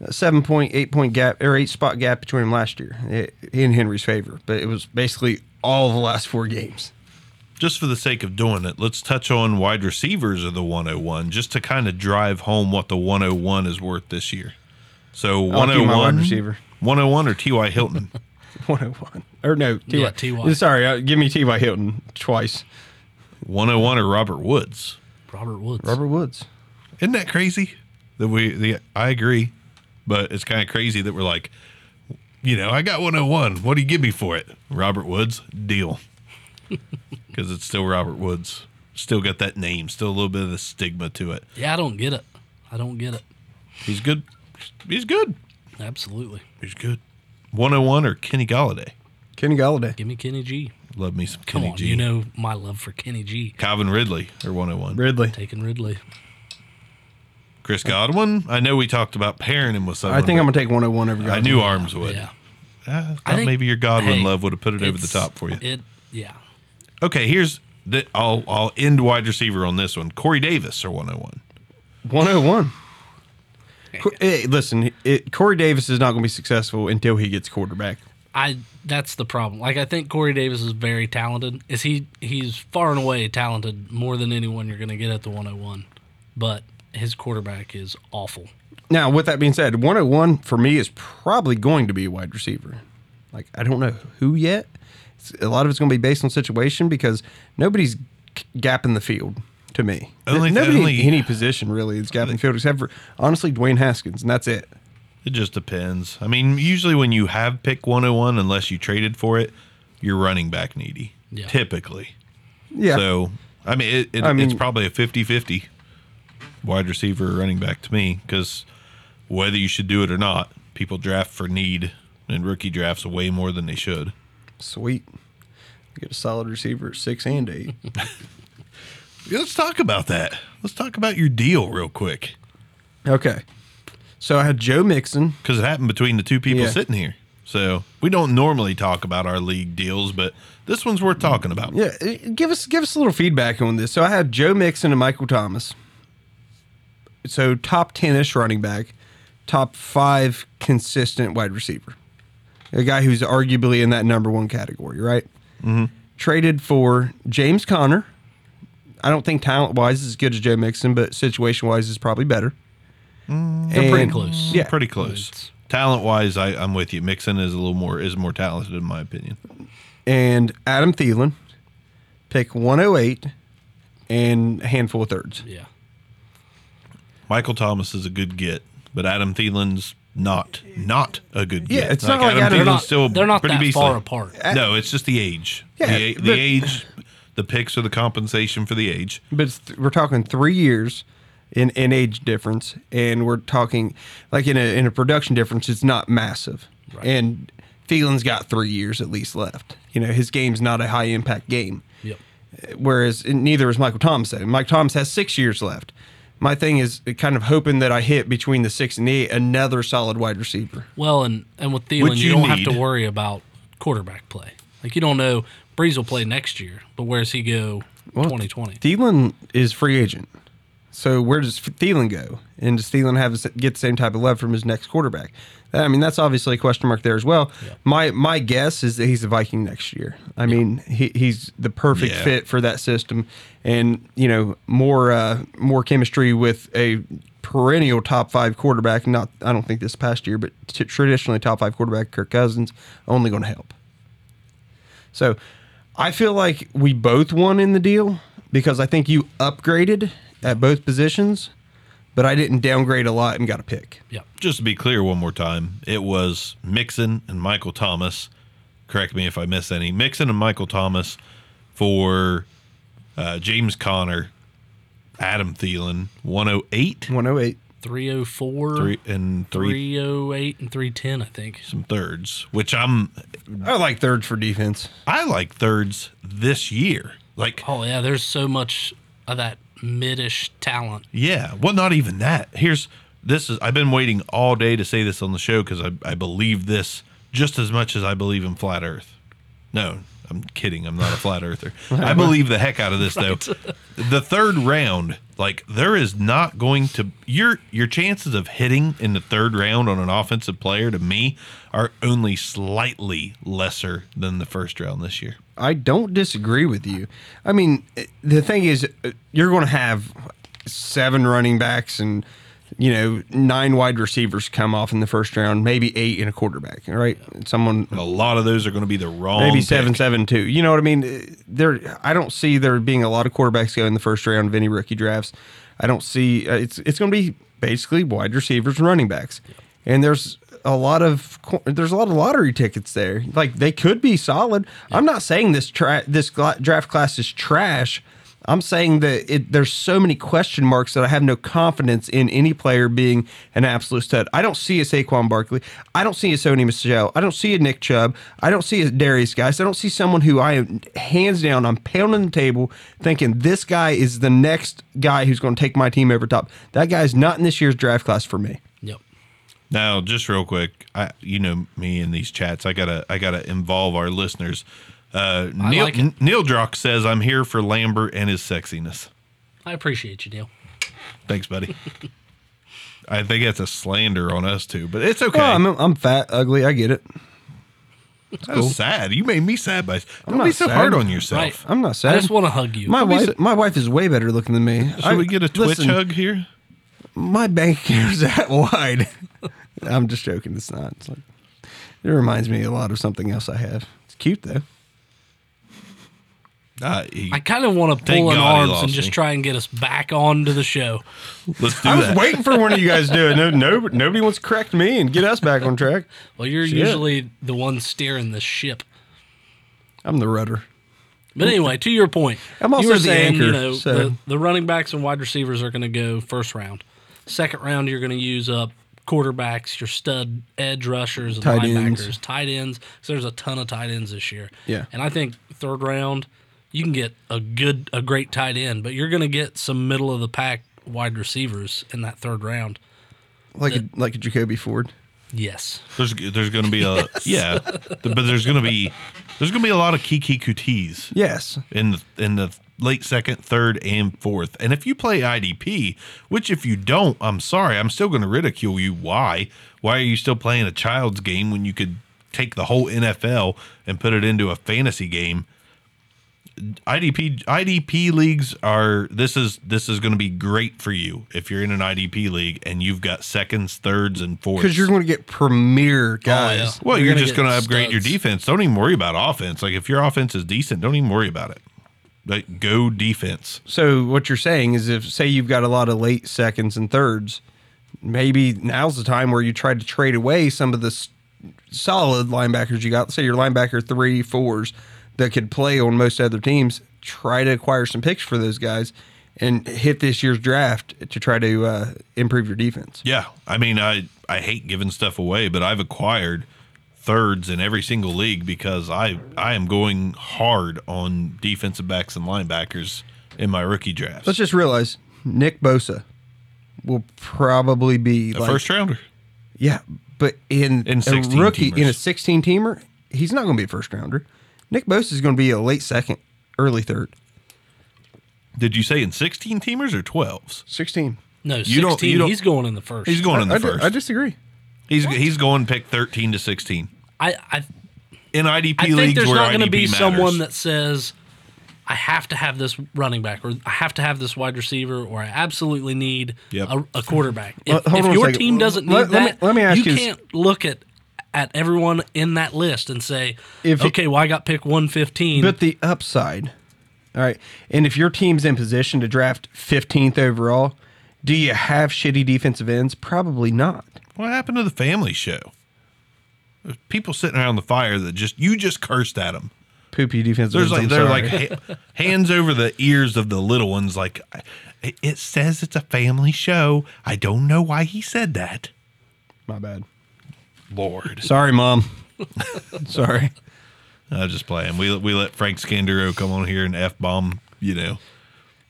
Speaker 4: a seven point, eight point gap or eight spot gap between him last year eh, in Henry's favor, but it was basically all the last four games.
Speaker 3: Just for the sake of doing it, let's touch on wide receivers of the 101 just to kind of drive home what the 101 is worth this year. So
Speaker 4: I'll do my
Speaker 3: 101
Speaker 4: wide receiver.
Speaker 3: 101 or T.Y. Hilton?
Speaker 4: (laughs) 101. Or no, T.Y.
Speaker 2: Yeah, T.Y..
Speaker 4: Sorry, uh, give me T.Y. Hilton twice.
Speaker 3: 101 or Robert Woods?
Speaker 2: Robert Woods.
Speaker 4: Robert Woods.
Speaker 3: Isn't that crazy? That we the I agree, but it's kind of crazy that we're like, you know, I got 101. What do you give me for it? Robert Woods deal. (laughs) Cuz it's still Robert Woods. Still got that name, still a little bit of the stigma to it.
Speaker 2: Yeah, I don't get it. I don't get it.
Speaker 3: He's good. He's good.
Speaker 2: Absolutely.
Speaker 3: He's good. 101 or Kenny Galladay.
Speaker 4: Kenny Galladay.
Speaker 2: Give me Kenny G.
Speaker 3: Love me some
Speaker 2: Come
Speaker 3: Kenny
Speaker 2: on,
Speaker 3: G.
Speaker 2: you know my love for Kenny G.
Speaker 3: Calvin Ridley or 101.
Speaker 4: Ridley.
Speaker 2: Taking Ridley.
Speaker 3: Chris Godwin. I know we talked about pairing him with someone.
Speaker 4: I think I'm
Speaker 3: but
Speaker 4: going to take 101 over
Speaker 3: I
Speaker 4: Godwin.
Speaker 3: knew Arms would.
Speaker 2: Yeah.
Speaker 3: I thought
Speaker 2: I think-
Speaker 3: maybe your Godwin
Speaker 2: hey,
Speaker 3: love would have put it over the
Speaker 2: It's-
Speaker 3: top for you.
Speaker 2: It. Yeah.
Speaker 3: Okay, here's the I'll I'll end wide receiver on this one. oh Corey Davis or 101.
Speaker 4: 101. Co- Hey, eh, listen, it, Corey Davis is not going to be successful until he gets quarterback.
Speaker 2: I. That's the problem. Like I think Corey Davis is very talented. Is he? He's far and away talented more than anyone you're going to get at the 101. But his quarterback is awful.
Speaker 4: Now, with that being said, 101 for me is probably going to be a wide receiver. Like, I don't know who yet. It's, a lot of it's going to be based on situation because nobody's g- gapping the field to me.
Speaker 3: Only-
Speaker 4: Nobody
Speaker 3: only-
Speaker 4: in any position really is gapping the field except for, honestly, Dwayne Haskins, and that's it.
Speaker 3: It just depends. I mean, usually when you have pick 101, unless you traded for it, you're running back needy.
Speaker 2: Yeah.
Speaker 3: Typically.
Speaker 4: Yeah.
Speaker 3: So I mean, it, it,
Speaker 4: I mean-
Speaker 3: it's probably a 50-50 wide receiver or running back to me because whether you should do it or not, people draft for need and rookie drafts way more than they should.
Speaker 4: Sweet. Get a solid receiver at six and eight. (laughs)
Speaker 3: Yeah, Let's talk about that. Let's talk about your deal real quick
Speaker 4: okay. So I had Joe Mixon.
Speaker 3: because it happened between the two people
Speaker 4: Yeah.
Speaker 3: sitting here. So we don't normally talk about our league deals, but this one's worth talking about.
Speaker 4: Yeah, i- give us give us a little feedback on this. So I had Joe Mixon and Michael Thomas. So top ten ish running back, top five consistent wide receiver, a guy who's arguably in that number one category, right? Mm-hmm. Traded for James Conner. I don't think talent wise is as good as Joe Mixon, but situation wise is probably better. They're
Speaker 2: pretty close.
Speaker 4: Yeah,
Speaker 3: Pretty close.
Speaker 2: It's-
Speaker 3: Talent wise, I, I'm with you. Mixon is a little more is more talented in my opinion.
Speaker 4: and Adam Thielen, pick 108, and a handful of thirds.
Speaker 2: Yeah.
Speaker 3: Michael Thomas is a good get, but Adam Thielen's not not a good
Speaker 4: Yeah,
Speaker 3: get.
Speaker 4: it's not like Adam-
Speaker 2: They're
Speaker 4: They're
Speaker 2: not. they're not that far apart.
Speaker 3: No, it's just the age.
Speaker 4: Yeah,
Speaker 3: the, a- the
Speaker 4: but-
Speaker 3: age, the picks are the compensation for the age.
Speaker 4: But it's th- we're talking three years in, in age difference, and we're talking like in a in a production difference. It's not massive, and Thielen's got three years at least left. You know, his game's not a high impact game.
Speaker 2: Yep.
Speaker 4: Whereas and neither is Michael Thomas. Though. Mike Thomas has six years left. My thing is kind of hoping that I hit between the six and the eight another solid wide receiver.
Speaker 2: Well, and and with Thielen,
Speaker 3: Which
Speaker 2: you,
Speaker 3: you
Speaker 2: don't have
Speaker 3: need.
Speaker 2: to worry about quarterback play. Like you don't know Breeze will play next year, but where's he go? Twenty twenty.
Speaker 4: Thielen is free agent. So where does Thielen go? And does Thielen have the s- get the same type of love from his next quarterback? I mean, that's obviously a question mark there as well. My my guess is that he's a Viking next year. I mean, he, he's the perfect
Speaker 3: Yeah.
Speaker 4: fit for that system, and you know more uh, more chemistry with a perennial top five quarterback. Not I don't think this past year, but t- traditionally top five quarterback Kirk Cousins only going to help. So I feel like we both won in the deal because I think you upgraded at both positions, but I didn't downgrade a lot and got a pick.
Speaker 2: Yep.
Speaker 3: Just to be clear, one more time, it was Mixon and Michael Thomas. Correct me if I miss any. Mixon and Michael Thomas for uh, James Conner, Adam Thielen, 108,
Speaker 4: 108.
Speaker 2: 304,
Speaker 3: Three and three
Speaker 2: 308, and 310, I think.
Speaker 3: some thirds, which I'm
Speaker 4: I like third for defense.
Speaker 3: I like thirds this year. Like
Speaker 2: Oh, yeah, there's so much of that mid-ish talent.
Speaker 3: Yeah. Well, not even that. Here's this is I've been waiting all day to say this on the show because I, I believe this just as much as I believe in flat Earth. No, I'm kidding. I'm not a flat
Speaker 4: (laughs)
Speaker 3: earther. I believe the heck out of this though. The third round, like there is not going to your your chances of hitting in the third round on an offensive player to me are only slightly lesser than the first round this year.
Speaker 4: I don't disagree with you. I mean, the thing is, uh, you're going to have seven running backs and you know nine wide receivers come off in the first round, maybe eight and a quarterback. Right? Someone
Speaker 3: And a lot of those are going to be the wrong
Speaker 4: maybe
Speaker 3: pick.
Speaker 4: seven seven two. You know what I mean? Uh, There, I don't see there being a lot of quarterbacks go in the first round of any rookie drafts. I don't see uh, it's it's going to be basically wide receivers and running backs, and there's a lot of co- there's a lot of lottery tickets there. Like they could be solid. I'm not saying this tra- this gla- draft class is trash. I'm saying that it, there's so many question marks that I have no confidence in any player being an absolute stud. I don't see a Saquon Barkley. I don't see a Sony Michel. I don't see a Nick Chubb. I don't see a Darius Guys. I don't see someone who I am hands down, I'm pounding the table thinking this guy is the next guy who's going to take my team over top. That guy's not in this year's draft class for me.
Speaker 2: Yep.
Speaker 3: Now, just real quick, I you know me in these chats, I gotta I gotta involve our listeners. Uh, Neil
Speaker 2: like it.
Speaker 3: N- Neil Drock says I'm here for Lambert and his sexiness.
Speaker 2: I appreciate you, Neil. (laughs)
Speaker 3: Thanks, buddy. I think that's a slander on us too, but it's okay.
Speaker 4: Well, I'm, I'm fat, ugly. I get it.
Speaker 3: that was sad. You made me sad by. Don't
Speaker 4: not
Speaker 3: be so
Speaker 4: sad.
Speaker 3: hard on yourself.
Speaker 2: Right.
Speaker 4: I'm not sad.
Speaker 2: I just want to hug you.
Speaker 4: my
Speaker 3: Don't be
Speaker 4: wife, my wife is way better looking than me.
Speaker 3: Should we get a Twitch
Speaker 4: listen,
Speaker 3: hug here?
Speaker 4: my bank (laughs) account's that wide. (laughs) I'm just joking. It's not. It's like, it reminds me a lot of something else I have. It's cute though.
Speaker 3: Uh, he-
Speaker 2: I kind of want to
Speaker 3: Thank
Speaker 2: pull in
Speaker 3: God he
Speaker 2: arms
Speaker 3: lost
Speaker 2: and just
Speaker 3: me.
Speaker 2: try and get us back onto the show.
Speaker 3: let's do
Speaker 4: I was
Speaker 3: that.
Speaker 4: waiting for one of you guys to do it. No, no, nobody wants to correct me and get us back on track.
Speaker 2: Well, you're usually the one steering the ship.
Speaker 4: I'm the rudder.
Speaker 2: But anyway, to your point,
Speaker 4: I'm also
Speaker 2: you were
Speaker 4: the
Speaker 2: saying
Speaker 4: anchor,
Speaker 2: you know
Speaker 4: so-
Speaker 2: the, the running backs and wide receivers are going to go first round. Second round, you're going to use up quarterbacks, your stud edge rushers, and
Speaker 4: Tight
Speaker 2: linebackers,
Speaker 4: ends.
Speaker 2: tight ends. So there's a ton of tight ends this year.
Speaker 4: Yeah.
Speaker 2: and I think third round, you can get a good, a great tight end, but you're going to get some middle of the pack wide receivers in that third round.
Speaker 4: Like a, like a Jacoby Ford.
Speaker 2: Yes,
Speaker 3: There's there's gonna be a yeah, but there's gonna be there's gonna be a lot of Kiki Kutis.
Speaker 4: Yes.
Speaker 3: in the in the late second, third, and fourth. And if you play IDP, which if you don't, I'm sorry, I'm still going to ridicule you. Why? Why are you still playing a child's game when you could take the whole NFL and put it into a fantasy game? IDP IDP leagues are this is this is going to be great for you if you're in an IDP league and you've got seconds, thirds, and fourths.
Speaker 4: Because you're going to get premier
Speaker 3: Oh,
Speaker 4: guys.
Speaker 3: well,
Speaker 2: You're
Speaker 3: you're
Speaker 2: gonna
Speaker 3: just
Speaker 2: get
Speaker 3: going to upgrade your
Speaker 2: studs.
Speaker 3: defense. Don't even worry about offense. Like if your offense is decent, don't even worry about it. Like go defense.
Speaker 4: So what you're saying is, if say you've got a lot of late seconds and thirds, maybe now's the time where you try to trade away some of the s- solid linebackers you got. Say your linebacker three fours that could play on most other teams. Try to acquire some picks for those guys and hit this year's draft to try to uh, improve your defense.
Speaker 3: Yeah, I mean, I I hate giving stuff away, but I've acquired thirds in every single league because I I am going hard on defensive backs and linebackers in my rookie drafts.
Speaker 4: Let's just realize Nick Bosa will probably be
Speaker 3: a
Speaker 4: like,
Speaker 3: first rounder.
Speaker 4: Yeah, but in,
Speaker 3: In
Speaker 4: a
Speaker 3: 16
Speaker 4: rookie in a
Speaker 3: teamers.
Speaker 4: 16 teamer, he's not going to be a first rounder. Nick Bosa is going to be a late second, early third.
Speaker 3: Did you say in sixteen teamers or twelves?
Speaker 4: 16.
Speaker 2: no,
Speaker 3: You don't-
Speaker 2: 16.
Speaker 3: you don't-
Speaker 2: he's going in the first.
Speaker 3: He's going in the
Speaker 4: I, di-
Speaker 3: first. Hmm.
Speaker 4: I disagree.
Speaker 3: he's he's going pick thirteen to sixteen
Speaker 2: I, I
Speaker 3: in IDP
Speaker 2: I
Speaker 3: leagues
Speaker 2: think there's
Speaker 3: where
Speaker 2: not going to
Speaker 3: IDP
Speaker 2: be
Speaker 3: matters.
Speaker 2: someone that says, I have to have this running back, or I have to have this wide receiver, or I absolutely need
Speaker 3: Yep.
Speaker 2: a, a quarterback. If,
Speaker 4: Well, hold
Speaker 2: if
Speaker 4: on a
Speaker 2: your
Speaker 4: second.
Speaker 2: team doesn't need
Speaker 4: Let-
Speaker 2: that,
Speaker 4: let me- let me ask you
Speaker 2: you
Speaker 4: this.
Speaker 2: can't look at at everyone in that list and say,
Speaker 4: If you-
Speaker 2: okay, well, I got pick 115.
Speaker 4: But the upside, all right. And if your team's in position to draft 15th overall, do you have shitty defensive ends? Probably not.
Speaker 3: What happened to the family show? There's people sitting around the fire that just you just cursed at them.
Speaker 4: poopy defensive
Speaker 3: There's like
Speaker 4: ends.
Speaker 3: they're
Speaker 4: I'm
Speaker 3: like
Speaker 4: sorry.
Speaker 3: (laughs) ha- hands over the ears of the little ones. Like "I- it says, it's a family show. I don't know why he said that.
Speaker 4: my bad.
Speaker 3: Lord,
Speaker 4: Sorry, mom. (laughs) sorry.
Speaker 3: I was just playing. We we let Frank Scandero come on here and f bomb. You know,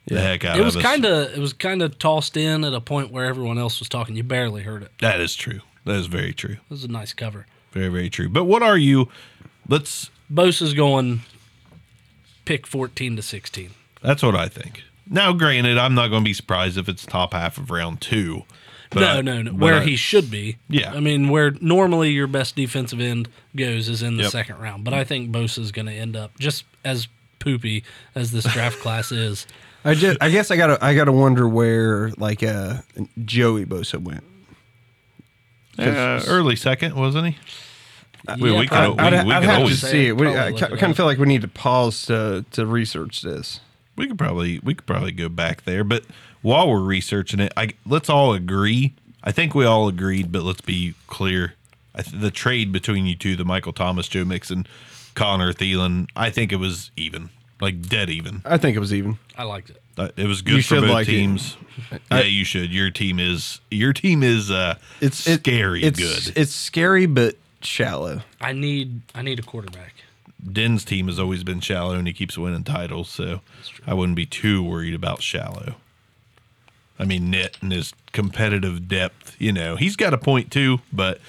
Speaker 3: the heck out
Speaker 2: It was
Speaker 3: of us.
Speaker 2: kind of it was kind of tossed in at a point where everyone else was talking. You barely heard it.
Speaker 3: that is true. That is very true.
Speaker 2: It was a nice cover.
Speaker 3: Very very true. But what are you? Let's.
Speaker 2: Bose is going pick 14 to 16.
Speaker 3: That's what I think. Now, granted, I'm not going to be surprised if it's top half of round two. But
Speaker 2: no,
Speaker 3: I-
Speaker 2: no, no.
Speaker 3: but
Speaker 2: Where
Speaker 3: I-
Speaker 2: he should be.
Speaker 3: Yeah.
Speaker 2: I mean, where normally your best defensive end goes is in the
Speaker 3: Yep.
Speaker 2: second round. But I think Bosa is going to end up just as poopy as this draft class
Speaker 3: (laughs)
Speaker 2: is.
Speaker 4: I just, I guess I gotta, I gotta wonder where like uh Joey Bosa went.
Speaker 3: Uh, early second, wasn't he? we- we
Speaker 2: probably.
Speaker 3: could-
Speaker 4: I'd,
Speaker 3: we
Speaker 4: I'd
Speaker 3: could
Speaker 4: have to
Speaker 3: always-
Speaker 4: see it. We,
Speaker 2: Probably
Speaker 4: I
Speaker 2: look
Speaker 4: kind
Speaker 2: it
Speaker 4: of
Speaker 2: up.
Speaker 4: feel like we need to pause to to research this.
Speaker 3: We could probably we could probably go back there, but while we're researching it, I let's all agree. I think we all agreed, but let's be clear. I th- the trade between you two, the Michael Thomas, Joe Mixon, Connor Thielen, I think it was even, like dead even.
Speaker 4: I think it was even.
Speaker 2: I liked it.
Speaker 3: Uh, It was good
Speaker 4: You
Speaker 3: for
Speaker 4: should
Speaker 3: both
Speaker 4: like it.
Speaker 3: teams. yeah, you should. Your team is your team is uh
Speaker 4: It's it-
Speaker 3: scary
Speaker 4: it's,
Speaker 3: good.
Speaker 4: It's scary but shallow.
Speaker 2: I need I need a quarterback.
Speaker 3: Den's team has always been shallow and he keeps winning titles, so I wouldn't be too worried about shallow. I mean, Nit and his competitive depth, you know, he's got a point too, but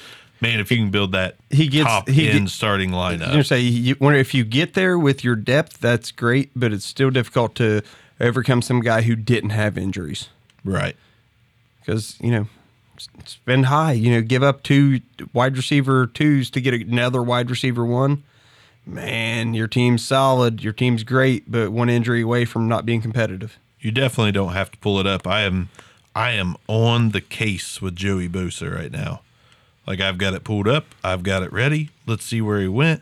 Speaker 3: man, if you can build that
Speaker 4: He gets-
Speaker 3: top
Speaker 4: he
Speaker 3: end
Speaker 4: get-
Speaker 3: starting lineup,
Speaker 4: You know, say you wonder if you get there with your depth, that's great, but it's still difficult to overcome some guy who didn't have injuries
Speaker 3: right?
Speaker 4: because you know s- spend high. You know, give up two wide receiver twos to get another wide receiver one. Man, your team's solid. Your team's great, but one injury away from not being competitive.
Speaker 3: You definitely don't have to pull it up. I am, I am on the case with Joey Bosa right now. Like I've got it pulled up, I've got it ready. Let's see where he went.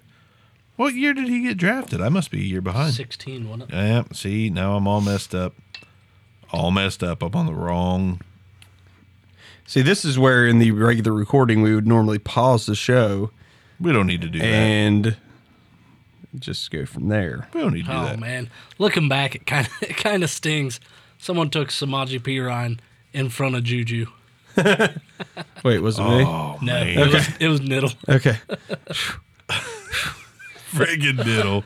Speaker 3: What year did he get drafted? I must be a year behind.
Speaker 2: 16, wasn't it?
Speaker 3: Yeah, see, now I'm all messed up. All messed up. I'm on the wrong.
Speaker 4: See, this is where in the regular recording we would normally pause the show
Speaker 3: We don't need to do that.
Speaker 4: and just go from there.
Speaker 3: We don't need to do
Speaker 2: Oh
Speaker 3: that.
Speaker 2: man, looking back, it kind of (laughs) it kind of stings. Someone took Samaji P Ryan in front of Juju.
Speaker 4: Wait, was it
Speaker 3: Oh,
Speaker 2: No,
Speaker 3: man.
Speaker 2: it, was, it was
Speaker 3: (laughs)
Speaker 2: Niddle.
Speaker 4: me? Okay.
Speaker 3: Friggin' diddle.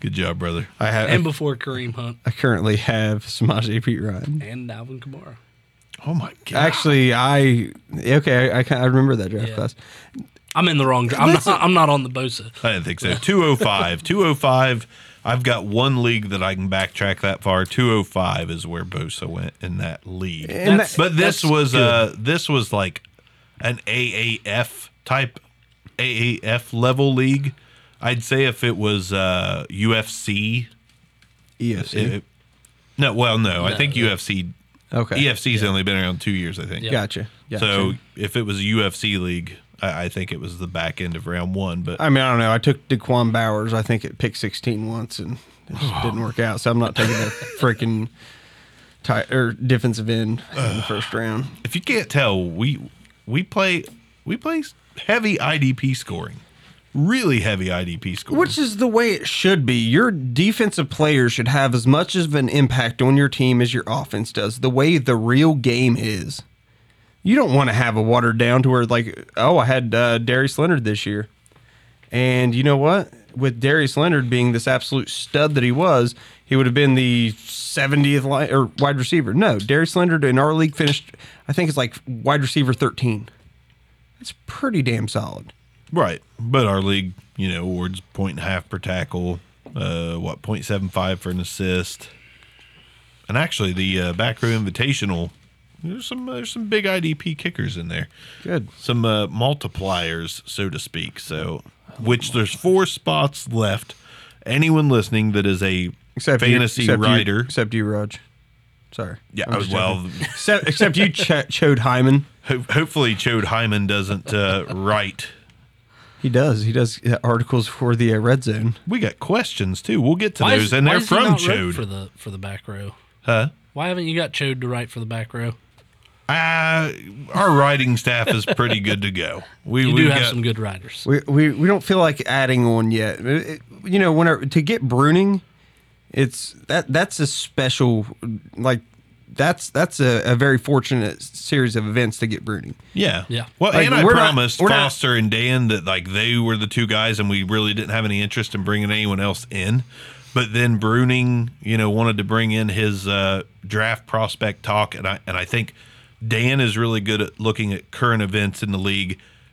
Speaker 3: Good job, brother.
Speaker 4: I have
Speaker 2: And before Kareem Hunt
Speaker 4: I currently have Samaje P. Ryan.
Speaker 2: and Alvin Kamara.
Speaker 3: Oh, my God.
Speaker 4: Actually, I okay, I, I, kinda- I remember that draft
Speaker 2: Yeah.
Speaker 4: class.
Speaker 2: I'm in the wrong. dra- I'm not, I'm not on the Bosa.
Speaker 3: I didn't think so. 205. 205. I've got one league that I can backtrack that far. 205 is where Bosa went in that league.
Speaker 4: And
Speaker 2: That's-
Speaker 4: that-
Speaker 3: but this
Speaker 2: that's
Speaker 3: was
Speaker 2: good.
Speaker 3: uh this was like an AAF type AAF level league. I'd say if it was uh UFC
Speaker 4: yes,
Speaker 3: It- it- no, well, no. I
Speaker 2: No,
Speaker 3: think
Speaker 2: yeah.
Speaker 3: UFC.
Speaker 4: okay,
Speaker 3: EFC's only been around two years, I think.
Speaker 2: Yeah.
Speaker 4: gotcha. gotcha.
Speaker 3: E So if it was a UFC league, I, I think it was the back end of round one. But
Speaker 4: I mean, I don't know. I took Daquan Bowers, I think, at pick 16 once, and it just didn't work out. So I'm not taking that freaking tight or defensive end in the first round.
Speaker 3: if you can't tell, we we play we play heavy IDP scoring, really heavy IDP scoring.
Speaker 4: Which is the way it should be. Your defensive players should have as much of an impact on your team as your offense does. The way the real game is, you don't want to have a watered down to where like, oh, I had uh, Darius Leonard this year, and you know what? With Darius Leonard being this absolute stud that he was, he would have been the 70th line or wide receiver. No, Darius Leonard in our league finished, I think it's like wide receiver 13. That's pretty damn solid.
Speaker 3: right? But our league, you know, awards point and a half per tackle, uh, what point seven five for an assist, and actually the uh, back row invitational. There's some there's some big IDP kickers in there.
Speaker 4: Good.
Speaker 3: some uh, multipliers, so to speak. So, which there's four spots left. Anyone listening that is a fantasy
Speaker 4: except
Speaker 3: writer,
Speaker 4: You, except you, Raj. Sorry.
Speaker 3: yeah,
Speaker 4: I'm just
Speaker 3: well,
Speaker 4: joking. except, except you,
Speaker 3: (laughs)
Speaker 4: Ch- Chode Hyman.
Speaker 3: ho- hopefully Chode Hyman doesn't uh, write.
Speaker 4: He does. He does uh, articles for the uh, Red Zone.
Speaker 3: We got questions too. We'll get to
Speaker 2: Why
Speaker 3: those,
Speaker 2: is-
Speaker 3: and
Speaker 2: why
Speaker 3: they're
Speaker 2: is he
Speaker 3: from
Speaker 2: not wrote for
Speaker 3: Chode,
Speaker 2: the for the back row.
Speaker 3: huh?
Speaker 2: Why haven't you got Chode to write for the back row?
Speaker 3: Uh, our writing staff is pretty good to go. We
Speaker 2: You
Speaker 3: we've
Speaker 2: do have
Speaker 3: got-
Speaker 2: some good writers.
Speaker 4: We, we we don't feel like adding on yet. It- it- you know, when our, to get bruning, it's that that's a special like that's that's a, a very fortunate series of events to get bruning.
Speaker 3: Yeah.
Speaker 2: Yeah.
Speaker 3: Well,
Speaker 4: Like,
Speaker 3: and I
Speaker 4: we're not-
Speaker 3: promised
Speaker 4: we're not-
Speaker 3: Foster and Dan that like they were the two guys and we really didn't have any interest in bringing anyone else in. But then Bruning, you know, wanted to bring in his uh, draft prospect talk and I and I think Dan is really good at looking at current events in the league.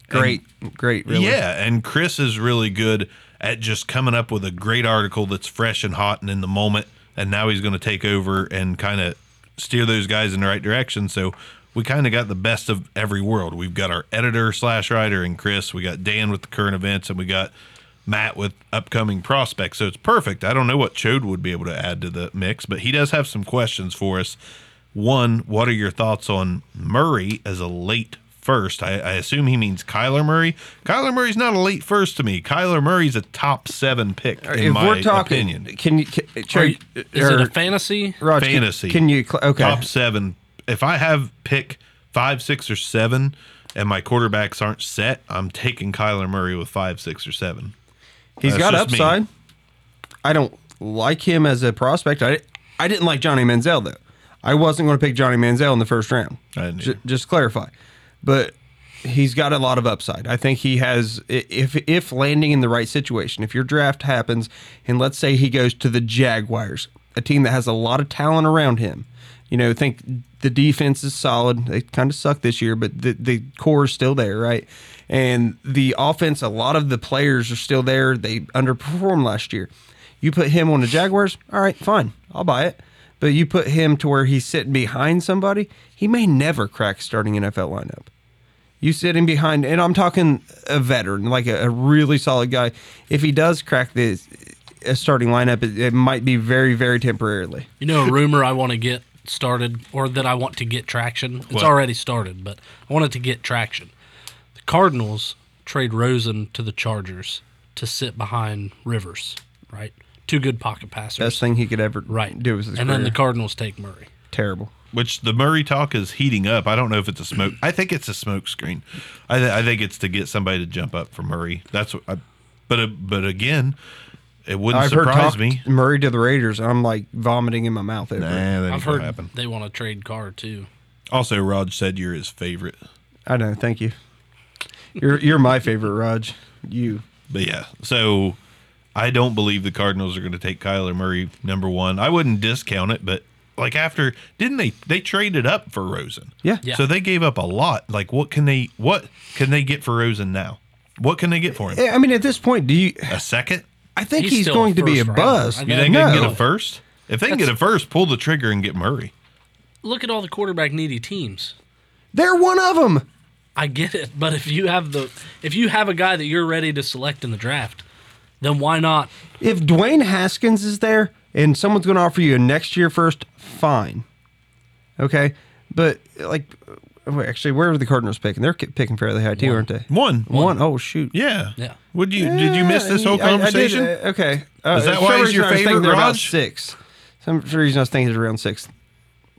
Speaker 3: And-
Speaker 4: Great, great, really.
Speaker 3: Yeah, and Chris is really good at just coming up with a great article that's fresh and hot and in the moment. And now he's going to take over and kind of steer those guys in the right direction. So we kind of got the best of every world. We've got our editor slash writer and Chris. We got Dan with the current events, and we got Matt with upcoming prospects. So it's perfect. I don't know what Chode would be able to add to the mix, but he does have some questions for us. One, what are your thoughts on Murray as a late first? I, I assume he means Kyler Murray. Kyler Murray's not a late first to me. Kyler Murray's a top seven pick in
Speaker 4: if
Speaker 3: my
Speaker 4: we're talking,
Speaker 3: opinion.
Speaker 4: can you? Can,
Speaker 2: Are
Speaker 4: Cherry,
Speaker 2: you- is it
Speaker 3: er,
Speaker 4: or-
Speaker 2: a fantasy?
Speaker 4: Raj, can-
Speaker 3: Fantasy.
Speaker 4: Can, you? cl- Okay.
Speaker 3: Top seven. If I have pick five, six, or seven, and my quarterbacks aren't set, I'm taking Kyler Murray with five, six, or seven.
Speaker 4: He's
Speaker 3: That's
Speaker 4: got
Speaker 3: just me.
Speaker 4: upside. I don't like him as a prospect. I I didn't like Johnny Manziel though. I wasn't going to pick Johnny Manziel in the first round.
Speaker 3: I didn't
Speaker 4: Ju-
Speaker 3: either.
Speaker 4: just clarify, but he's got a lot of upside. I think he has. i- If if landing in the right situation, if your draft happens, and let's say he goes to the Jaguars, a team that has a lot of talent around him. You know, think the defense is solid. They kind of suck this year, but the, the core is still there, right? And the offense, a lot of the players are still there. They underperformed last year. You put him on the Jaguars, all right, fine, I'll buy it. But you put him to where he's sitting behind somebody, he may never crack starting NFL lineup. You sit him behind, and I'm talking a veteran, like a, a really solid guy. If he does crack the a starting lineup, it, it might be very, very temporarily.
Speaker 2: You know, a rumor I want to get started or that I want to get traction. It's
Speaker 3: What?
Speaker 2: already started, but I want it to get traction. The Cardinals trade Rosen to the Chargers to sit behind Rivers, right? Two good pocket passers.
Speaker 4: Best thing he could ever
Speaker 2: right.
Speaker 4: do is his
Speaker 2: and
Speaker 4: career.
Speaker 2: then the Cardinals take Murray.
Speaker 4: terrible.
Speaker 3: which the Murray talk is heating up. I don't know if it's a smoke. I think it's a smoke screen. I, th- I think it's to get somebody to jump up for Murray. That's what. I, but uh, but again, it wouldn't
Speaker 4: I've heard
Speaker 3: surprise
Speaker 4: talk
Speaker 3: me.
Speaker 4: Murray to the Raiders, and I'm like vomiting in my mouth. Over. it.
Speaker 3: that
Speaker 2: I've heard they want to trade Carr too.
Speaker 3: Also, Raj said you're his favorite.
Speaker 4: I know. Thank you. You're you're my favorite, Raj. You.
Speaker 3: But yeah, so I don't believe the Cardinals are going to take Kyler Murray number one. I wouldn't discount it, but like after didn't they they traded up for Rosen?
Speaker 4: Yeah. Yeah.
Speaker 3: So they gave up a lot. Like what can they what can they get for Rosen now? What can they get for him?
Speaker 4: Eh, I mean, at this point, do you?
Speaker 3: A second?
Speaker 4: I think
Speaker 2: He's
Speaker 4: he's,
Speaker 2: still
Speaker 4: going to be a
Speaker 2: first rounder.
Speaker 4: buzz.
Speaker 2: I
Speaker 3: You
Speaker 2: Yeah,
Speaker 3: think they can
Speaker 4: No.
Speaker 3: get a first? If they can get a first, pull the trigger and get Murray.
Speaker 2: Look at all the quarterback needy teams.
Speaker 4: They're one of them.
Speaker 2: I get it, but if you have the if you have a guy that you're ready to select in the draft, then why not?
Speaker 4: If Dwayne Haskins is there and someone's going to offer you a next year first, fine. Okay, but like, wait, actually, where are the Cardinals picking? They're ki- picking fairly high too, aren't they?
Speaker 3: One.
Speaker 4: One. Oh shoot.
Speaker 3: Yeah.
Speaker 2: Yeah.
Speaker 3: Would you did you miss this whole
Speaker 4: I- I did,
Speaker 3: conversation?
Speaker 4: uh, okay. Uh,
Speaker 3: Is that
Speaker 4: for
Speaker 3: why
Speaker 4: some
Speaker 3: he's
Speaker 4: reason
Speaker 3: your
Speaker 4: I was thinking
Speaker 3: favorite,
Speaker 4: they're about
Speaker 3: Raj?
Speaker 4: Six. Some for some reason I was thinking it's around six.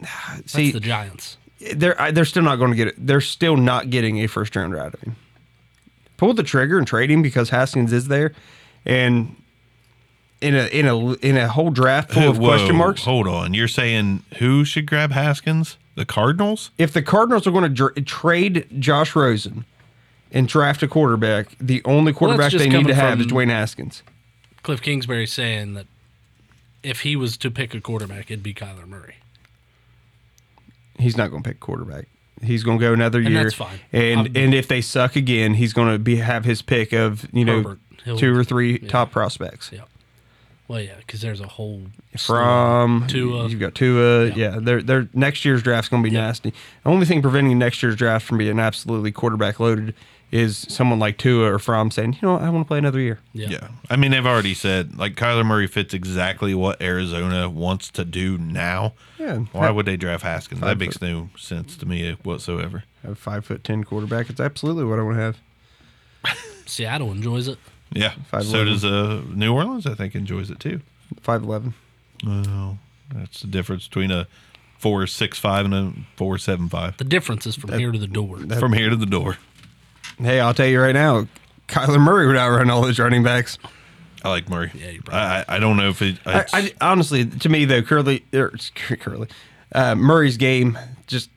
Speaker 4: (sighs)
Speaker 2: That's
Speaker 4: See,
Speaker 2: the Giants.
Speaker 4: they're I- they're still not going to get it. They're still not getting a first rounder out of him. Pull the trigger and trade him because Haskins is there, and in a in a in a whole draft full of
Speaker 3: Whoa,
Speaker 4: question marks.
Speaker 3: Hold on. You're saying who should grab Haskins? The Cardinals?
Speaker 4: If the Cardinals are going to dr- trade Josh Rosen and draft a quarterback, the only quarterback
Speaker 2: just
Speaker 4: they need
Speaker 2: coming
Speaker 4: to have is
Speaker 2: from-
Speaker 4: Dwayne Haskins.
Speaker 2: Cliff Kingsbury saying that if he was to pick a quarterback, it'd be Kyler Murray.
Speaker 4: He's not going to pick quarterback. He's going to go another
Speaker 2: And
Speaker 4: year.
Speaker 2: that's fine.
Speaker 4: And
Speaker 2: I'm-
Speaker 4: and if they suck again, he's going to be have his pick of you know
Speaker 2: Herbert. He'll-
Speaker 4: two or three top prospects.
Speaker 2: Yeah. Well, yeah, because there's a whole
Speaker 4: from
Speaker 2: Tua.
Speaker 4: You've got Tua. Yeah, their their next year's draft's going to be nasty. The only thing preventing next year's draft from being absolutely quarterback loaded is someone like Tua or From saying, you know, what, I want to play another year.
Speaker 2: Yeah.
Speaker 3: Yeah. I mean, they've already said like Kyler Murray fits exactly what Arizona wants to do now.
Speaker 4: Yeah.
Speaker 3: Why would they draft Haskins? That
Speaker 4: Five
Speaker 3: makes no sense to me whatsoever.
Speaker 4: A five foot ten quarterback. It's absolutely what I want to have.
Speaker 2: Seattle enjoys it.
Speaker 3: Yeah.
Speaker 4: Five
Speaker 3: so
Speaker 4: eleven.
Speaker 3: does uh, New Orleans, I think, enjoys it too.
Speaker 4: Five eleven.
Speaker 3: Well, that's the difference between a four six five and a four seven five.
Speaker 2: The difference is from here to the door.
Speaker 3: From here to the door.
Speaker 4: Hey, I'll tell you right now, Kyler Murray would outrun all those running backs.
Speaker 3: I like Murray. Yeah,
Speaker 2: you're
Speaker 3: I, I I don't know if it.
Speaker 4: I,
Speaker 3: it's-
Speaker 4: I honestly, to me though, Curly, er, it's Cur- Curly, uh, Murray's game just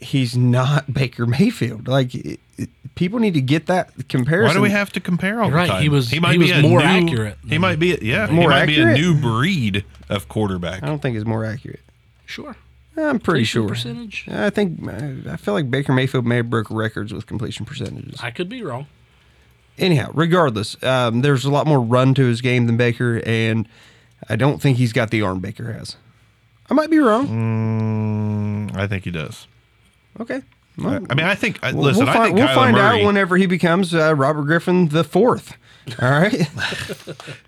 Speaker 4: he's not Baker Mayfield. Like it, it- people need to get that comparison.
Speaker 3: why do we have to compare all the
Speaker 2: Right,
Speaker 3: time?
Speaker 2: he was- he was
Speaker 3: a
Speaker 2: more
Speaker 3: new-
Speaker 2: accurate
Speaker 3: He
Speaker 2: than-
Speaker 3: might be. A, yeah, he
Speaker 4: More
Speaker 3: might
Speaker 4: accurate?
Speaker 3: be a new breed of quarterback.
Speaker 4: I don't think it's more accurate.
Speaker 2: Sure.
Speaker 4: I'm pretty
Speaker 2: Completion
Speaker 4: sure.
Speaker 2: percentage?
Speaker 4: I think I feel like Baker Mayfield may have broke records with completion percentages.
Speaker 2: I could be wrong.
Speaker 4: anyhow, regardless, um, there's a lot more run to his game than Baker, and I don't think he's got the arm Baker has. I might be wrong.
Speaker 3: Mm, I think he does.
Speaker 4: Okay.
Speaker 3: I,
Speaker 4: Well,
Speaker 3: I mean, I think. I,
Speaker 4: we'll-
Speaker 3: listen,
Speaker 4: we'll
Speaker 3: I
Speaker 4: find,
Speaker 3: think
Speaker 4: we'll
Speaker 3: Kyler
Speaker 4: find
Speaker 3: Murray,
Speaker 4: out whenever he becomes uh, Robert Griffin the fourth. All right,
Speaker 3: (laughs)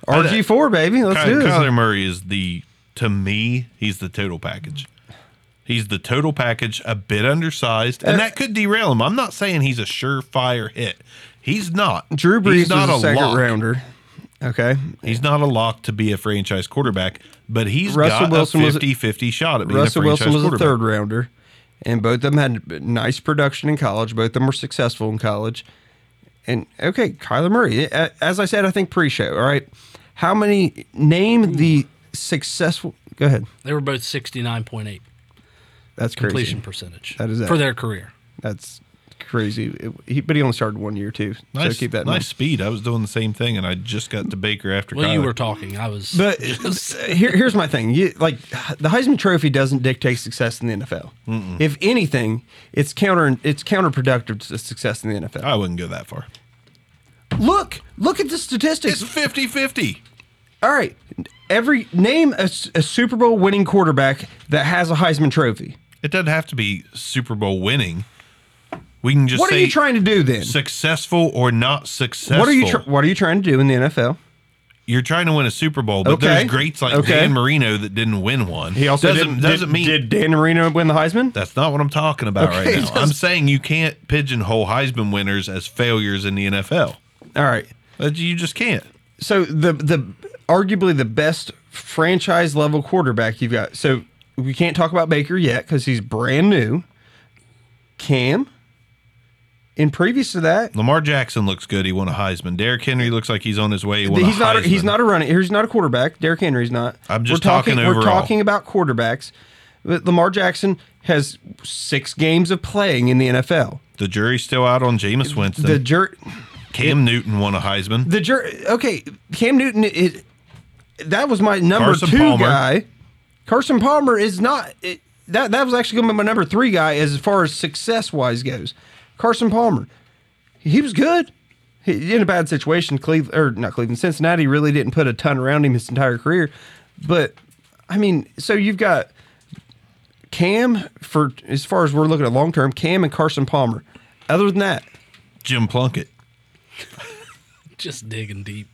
Speaker 4: RG four baby, let's
Speaker 3: Ky-
Speaker 4: do this.
Speaker 3: Kyler Murray is the to me. He's the total package. He's the total package. A bit undersized, and that could derail him. I'm not saying he's a surefire hit. He's not.
Speaker 4: Drew Brees
Speaker 3: he's not
Speaker 4: is a, second
Speaker 3: lock.
Speaker 4: rounder. Okay,
Speaker 3: He's not a lock to be a franchise quarterback, but he's
Speaker 4: Russell
Speaker 3: got
Speaker 4: Wilson
Speaker 3: a
Speaker 4: was-
Speaker 3: 50 50 shot at being
Speaker 4: Russell
Speaker 3: a franchise
Speaker 4: Wilson was a
Speaker 3: quarterback.
Speaker 4: third rounder, and both of them had nice production in college. Both of them were successful in college. And okay, Kyler Murray. A- As I said, I think pre-show. All right, how many name the successful? Go ahead.
Speaker 2: They were both 69.8
Speaker 4: That's crazy.
Speaker 2: completion percentage
Speaker 4: That is
Speaker 2: for
Speaker 4: it.
Speaker 2: their career.
Speaker 4: That's crazy. It- he, but he only started one year too.
Speaker 3: Nice,
Speaker 4: so keep that in
Speaker 3: nice
Speaker 4: mind.
Speaker 3: speed. I was doing the same thing, and I just got to Baker after.
Speaker 2: Well, you
Speaker 3: Kyler.
Speaker 2: were talking. I was.
Speaker 4: (laughs) But here, here's my thing. You, like the Heisman Trophy doesn't dictate success in the NFL. If anything, it's counter it's counterproductive to success in the NFL.
Speaker 3: I wouldn't go that far.
Speaker 4: Look, look at the
Speaker 3: It's
Speaker 4: statistics.
Speaker 3: 50 50.
Speaker 4: All right, every name a, s- a Super Bowl winning quarterback that has a Heisman Trophy.
Speaker 3: It doesn't have to be Super Bowl winning. We can just
Speaker 4: What are
Speaker 3: say
Speaker 4: you trying to do then?
Speaker 3: successful or not successful.
Speaker 4: What are you tr- What are you trying to do in the NFL?
Speaker 3: You're trying to win a Super Bowl, but
Speaker 4: Okay.
Speaker 3: there's greats like
Speaker 4: Okay.
Speaker 3: Dan Marino that didn't win one. He doesn't doesn't mean
Speaker 4: did Dan Marino win the Heisman?
Speaker 3: That's not what I'm talking about
Speaker 4: Okay,
Speaker 3: right now.
Speaker 4: (laughs) just-
Speaker 3: I'm saying you can't pigeonhole Heisman winners as failures in the NFL.
Speaker 4: All right.
Speaker 3: Uh, You just can't.
Speaker 4: So the the arguably the best franchise level quarterback you've got. So we can't talk about Baker yet because he's brand new. Cam. In previous to that,
Speaker 3: Lamar Jackson looks good. He won a Heisman. Derrick Henry looks like he's on his way. He won
Speaker 4: he's
Speaker 3: a
Speaker 4: not. A,
Speaker 3: Heisman.
Speaker 4: he's not a running. He's not a quarterback. Derrick Henry's not.
Speaker 3: I'm just
Speaker 4: we're talking.
Speaker 3: talking
Speaker 4: We're
Speaker 3: overall.
Speaker 4: talking about quarterbacks. But Lamar Jackson has six games of playing in the NFL.
Speaker 3: The jury's still out on Jameis Winston.
Speaker 4: The jur,
Speaker 3: Cam Newton won a Heisman.
Speaker 4: the jur. Okay, Cam Newton. It, that was my number
Speaker 3: Carson
Speaker 4: two
Speaker 3: Palmer.
Speaker 4: guy. Carson Palmer is not. It, that that was actually going to be my number three guy as far as success wise goes. Carson Palmer, he was good. He, in a bad situation, Cleveland or not Cleveland, Cincinnati really didn't put a ton around him his entire career. But I mean, so you've got Cam for as far as we're looking at long term, Cam and Carson Palmer. Other than that,
Speaker 3: Jim Plunkett.
Speaker 2: just digging deep.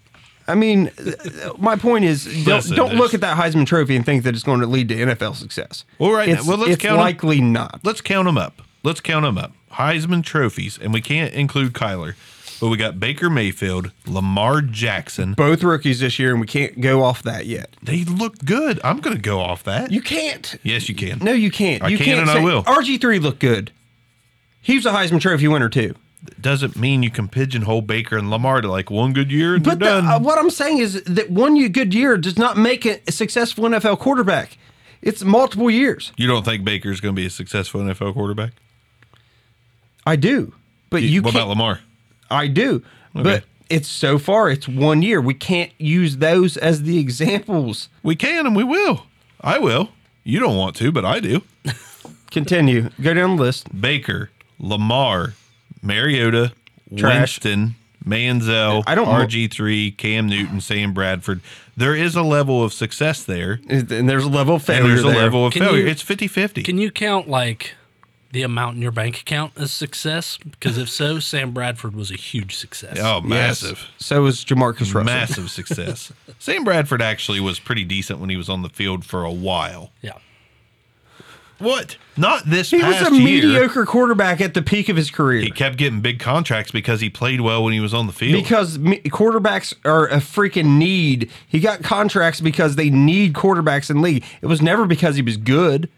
Speaker 4: I mean, uh, my point is, don't,
Speaker 3: Listen,
Speaker 4: don't look
Speaker 3: there's-
Speaker 4: at that Heisman Trophy and think that it's going to lead to NFL success.
Speaker 3: Well, right now-
Speaker 4: it's,
Speaker 3: well, let's
Speaker 4: it's
Speaker 3: count 'em.
Speaker 4: likely not.
Speaker 3: Let's count them up. Let's count them up. Heisman trophies, and we can't include Kyler, but we got Baker Mayfield, Lamar Jackson.
Speaker 4: Both rookies this year, and we can't go off that yet.
Speaker 3: They look good. I'm going to go off that.
Speaker 4: You can't.
Speaker 3: yes, you can.
Speaker 4: No, you can't.
Speaker 3: I
Speaker 4: you
Speaker 3: can
Speaker 4: can't
Speaker 3: and I
Speaker 4: say-
Speaker 3: will.
Speaker 4: RG3 looked good. He was a Heisman Trophy winner too.
Speaker 3: Doesn't mean you can pigeonhole Baker and Lamar to like one good year and
Speaker 4: But the,
Speaker 3: you're done.
Speaker 4: uh, what I'm saying is that one year good year does not make a a successful NFL quarterback. It's multiple years.
Speaker 3: you don't think Baker's going to be a successful NFL quarterback?
Speaker 4: I do, but you,
Speaker 3: what
Speaker 4: can't.
Speaker 3: about Lamar?
Speaker 4: I do. But it's so far, it's one year. We can't use those as the examples.
Speaker 3: We can and we will. I will. You don't want to, but I do.
Speaker 4: Continue. Go down the list.
Speaker 3: Baker, Lamar, Mariota,
Speaker 4: Trash.
Speaker 3: Winston, Manziel,
Speaker 4: I don't-
Speaker 3: RG3, Cam Newton, Sam Bradford. There is a level of success there,
Speaker 4: And there's a level of failure.
Speaker 3: and there's a
Speaker 4: there.
Speaker 3: level of
Speaker 2: Can
Speaker 3: failure.
Speaker 2: you-
Speaker 3: it's 50 50.
Speaker 2: Can you count like the amount in your bank account as success? Because if so, Sam Bradford was a huge success.
Speaker 3: Oh,
Speaker 4: Yes.
Speaker 3: massive.
Speaker 4: So is Jamarcus Russell. (laughs)
Speaker 3: Massive success. Sam Bradford actually was pretty decent when he was on the field for a while.
Speaker 2: Yeah.
Speaker 3: What? Not this
Speaker 4: He was
Speaker 3: past
Speaker 4: a
Speaker 3: year.
Speaker 4: mediocre quarterback at the peak of his career.
Speaker 3: He kept getting big contracts because he played well when he was on the field.
Speaker 4: because me- quarterbacks are a freaking need. He got contracts because they need quarterbacks in the league. It was never because he was good.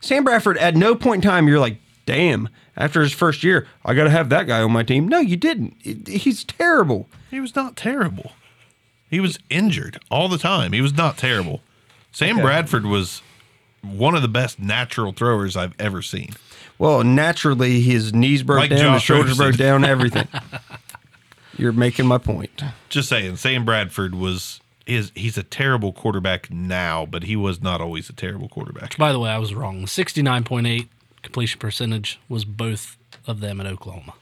Speaker 4: Sam Bradford, at no point in time, you're like, damn, after his first year, I got to have that guy on my team. No, you didn't. It- He's terrible.
Speaker 3: He was not terrible. He was injured all the time. He was not terrible. Sam Bradford was one of the best natural throwers I've ever seen.
Speaker 4: Well, naturally, his knees broke
Speaker 3: Like
Speaker 4: down, his
Speaker 3: Josh
Speaker 4: shoulders
Speaker 3: Rosen. (laughs)
Speaker 4: broke down, everything. You're making my point.
Speaker 3: Just saying, Sam Bradford was is he's a terrible quarterback now, but he was not always a terrible quarterback.
Speaker 2: By the way, I was wrong. 69.8 completion percentage was both of them at Oklahoma,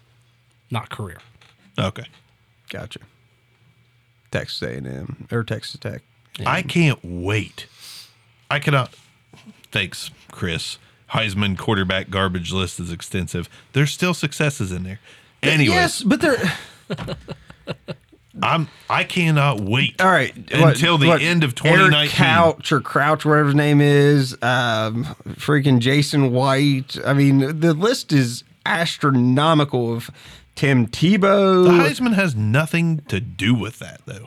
Speaker 2: not career.
Speaker 3: Okay.
Speaker 4: Gotcha. Texas A&M or Texas Tech.
Speaker 3: I can't wait. I cannot. Thanks, Chris. Heisman quarterback garbage list is extensive. There's still successes in there. Anyway,
Speaker 4: Yes, but they're
Speaker 3: I'm I cannot wait.
Speaker 4: all right
Speaker 3: until the end of 2019.
Speaker 4: Eric Couch or Crouch, whatever his name is, um, freaking Jason White. I mean, the list is astronomical of Tim
Speaker 3: The
Speaker 4: Tebow.
Speaker 3: Heisman has nothing to do with that, though.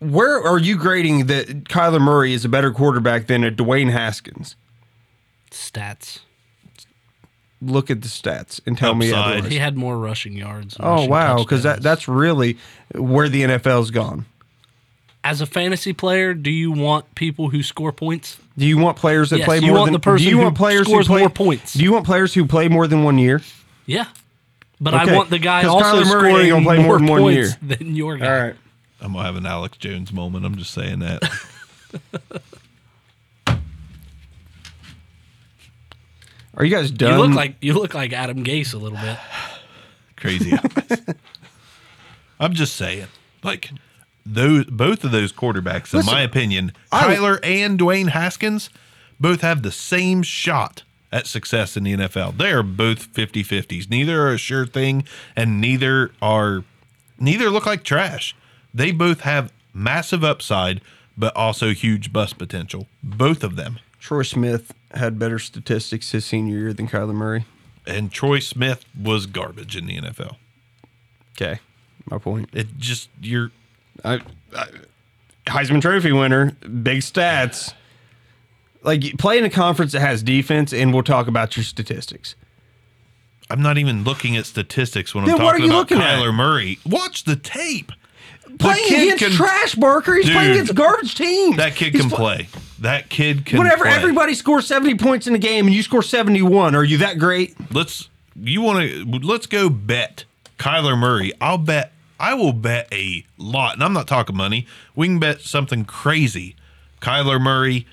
Speaker 4: Where are you grading that Kyler Murray is a better quarterback than a Dwayne Haskins?
Speaker 2: Stats.
Speaker 4: Look at the stats and tell me
Speaker 3: Upside.
Speaker 4: otherwise.
Speaker 2: He had more rushing yards. and
Speaker 4: Oh
Speaker 2: rushing
Speaker 4: wow, because that
Speaker 2: touchdowns.
Speaker 4: that's really where the NFL's gone.
Speaker 2: as a fantasy player, do you want people who score points?
Speaker 4: Do you want players that
Speaker 2: Yes,
Speaker 4: play
Speaker 2: you
Speaker 4: more
Speaker 2: want
Speaker 4: than
Speaker 2: the person
Speaker 4: do you
Speaker 2: who
Speaker 4: want players
Speaker 2: scores
Speaker 4: who play,
Speaker 2: more points.
Speaker 4: Do you want players who play more than one year?
Speaker 2: Yeah. But
Speaker 4: Okay,
Speaker 2: I want the guy
Speaker 4: 'cause
Speaker 2: also
Speaker 4: Kyler Murray ain't
Speaker 2: scoring
Speaker 4: gonna
Speaker 2: more,
Speaker 4: play more than one
Speaker 2: points
Speaker 4: year.
Speaker 2: than your guy.
Speaker 3: I'm gonna have an Alex Jones moment. I'm just saying that.
Speaker 4: Are you guys
Speaker 2: You
Speaker 4: done?
Speaker 2: look like you look like Adam Gase a little bit.
Speaker 4: (laughs)
Speaker 3: Crazy. eyes. I'm just saying, like those both of those quarterbacks, in
Speaker 4: Listen,
Speaker 3: my opinion,
Speaker 4: I-
Speaker 3: Tyler and Dwayne Haskins, both have the same shot at success in the NFL. They are both 50-50s. Neither are a sure thing, and neither are neither look like trash. They both have massive upside, but also huge bust potential. Both of them.
Speaker 4: Troy Smith had better statistics his senior year than Kyler Murray.
Speaker 3: and Troy Smith was garbage in the NFL.
Speaker 4: Okay, my point.
Speaker 3: It just you're
Speaker 4: I, I, Heisman Trophy winner, big stats. Like play in a conference that has defense, and we'll talk about your statistics.
Speaker 3: I'm not even looking at statistics when I'm
Speaker 4: Then
Speaker 3: talking
Speaker 4: what are you
Speaker 3: about
Speaker 4: looking at?
Speaker 3: Kyler Murray. Watch the tape. The
Speaker 4: Playing
Speaker 3: kid
Speaker 4: against
Speaker 3: can-
Speaker 4: trash, Barker. He's playing
Speaker 3: Dude,
Speaker 4: against garbage teams.
Speaker 3: That kid
Speaker 4: He's
Speaker 3: can
Speaker 4: pl-
Speaker 3: play. That kid can
Speaker 4: Whenever
Speaker 3: play.
Speaker 4: everybody scores seventy points in a game and you score seventy one, are you that great?
Speaker 3: let's you want to let's go bet Kyler Murray. I'll bet I will bet a lot, and I'm not talking money. We can bet something crazy. Kyler Murray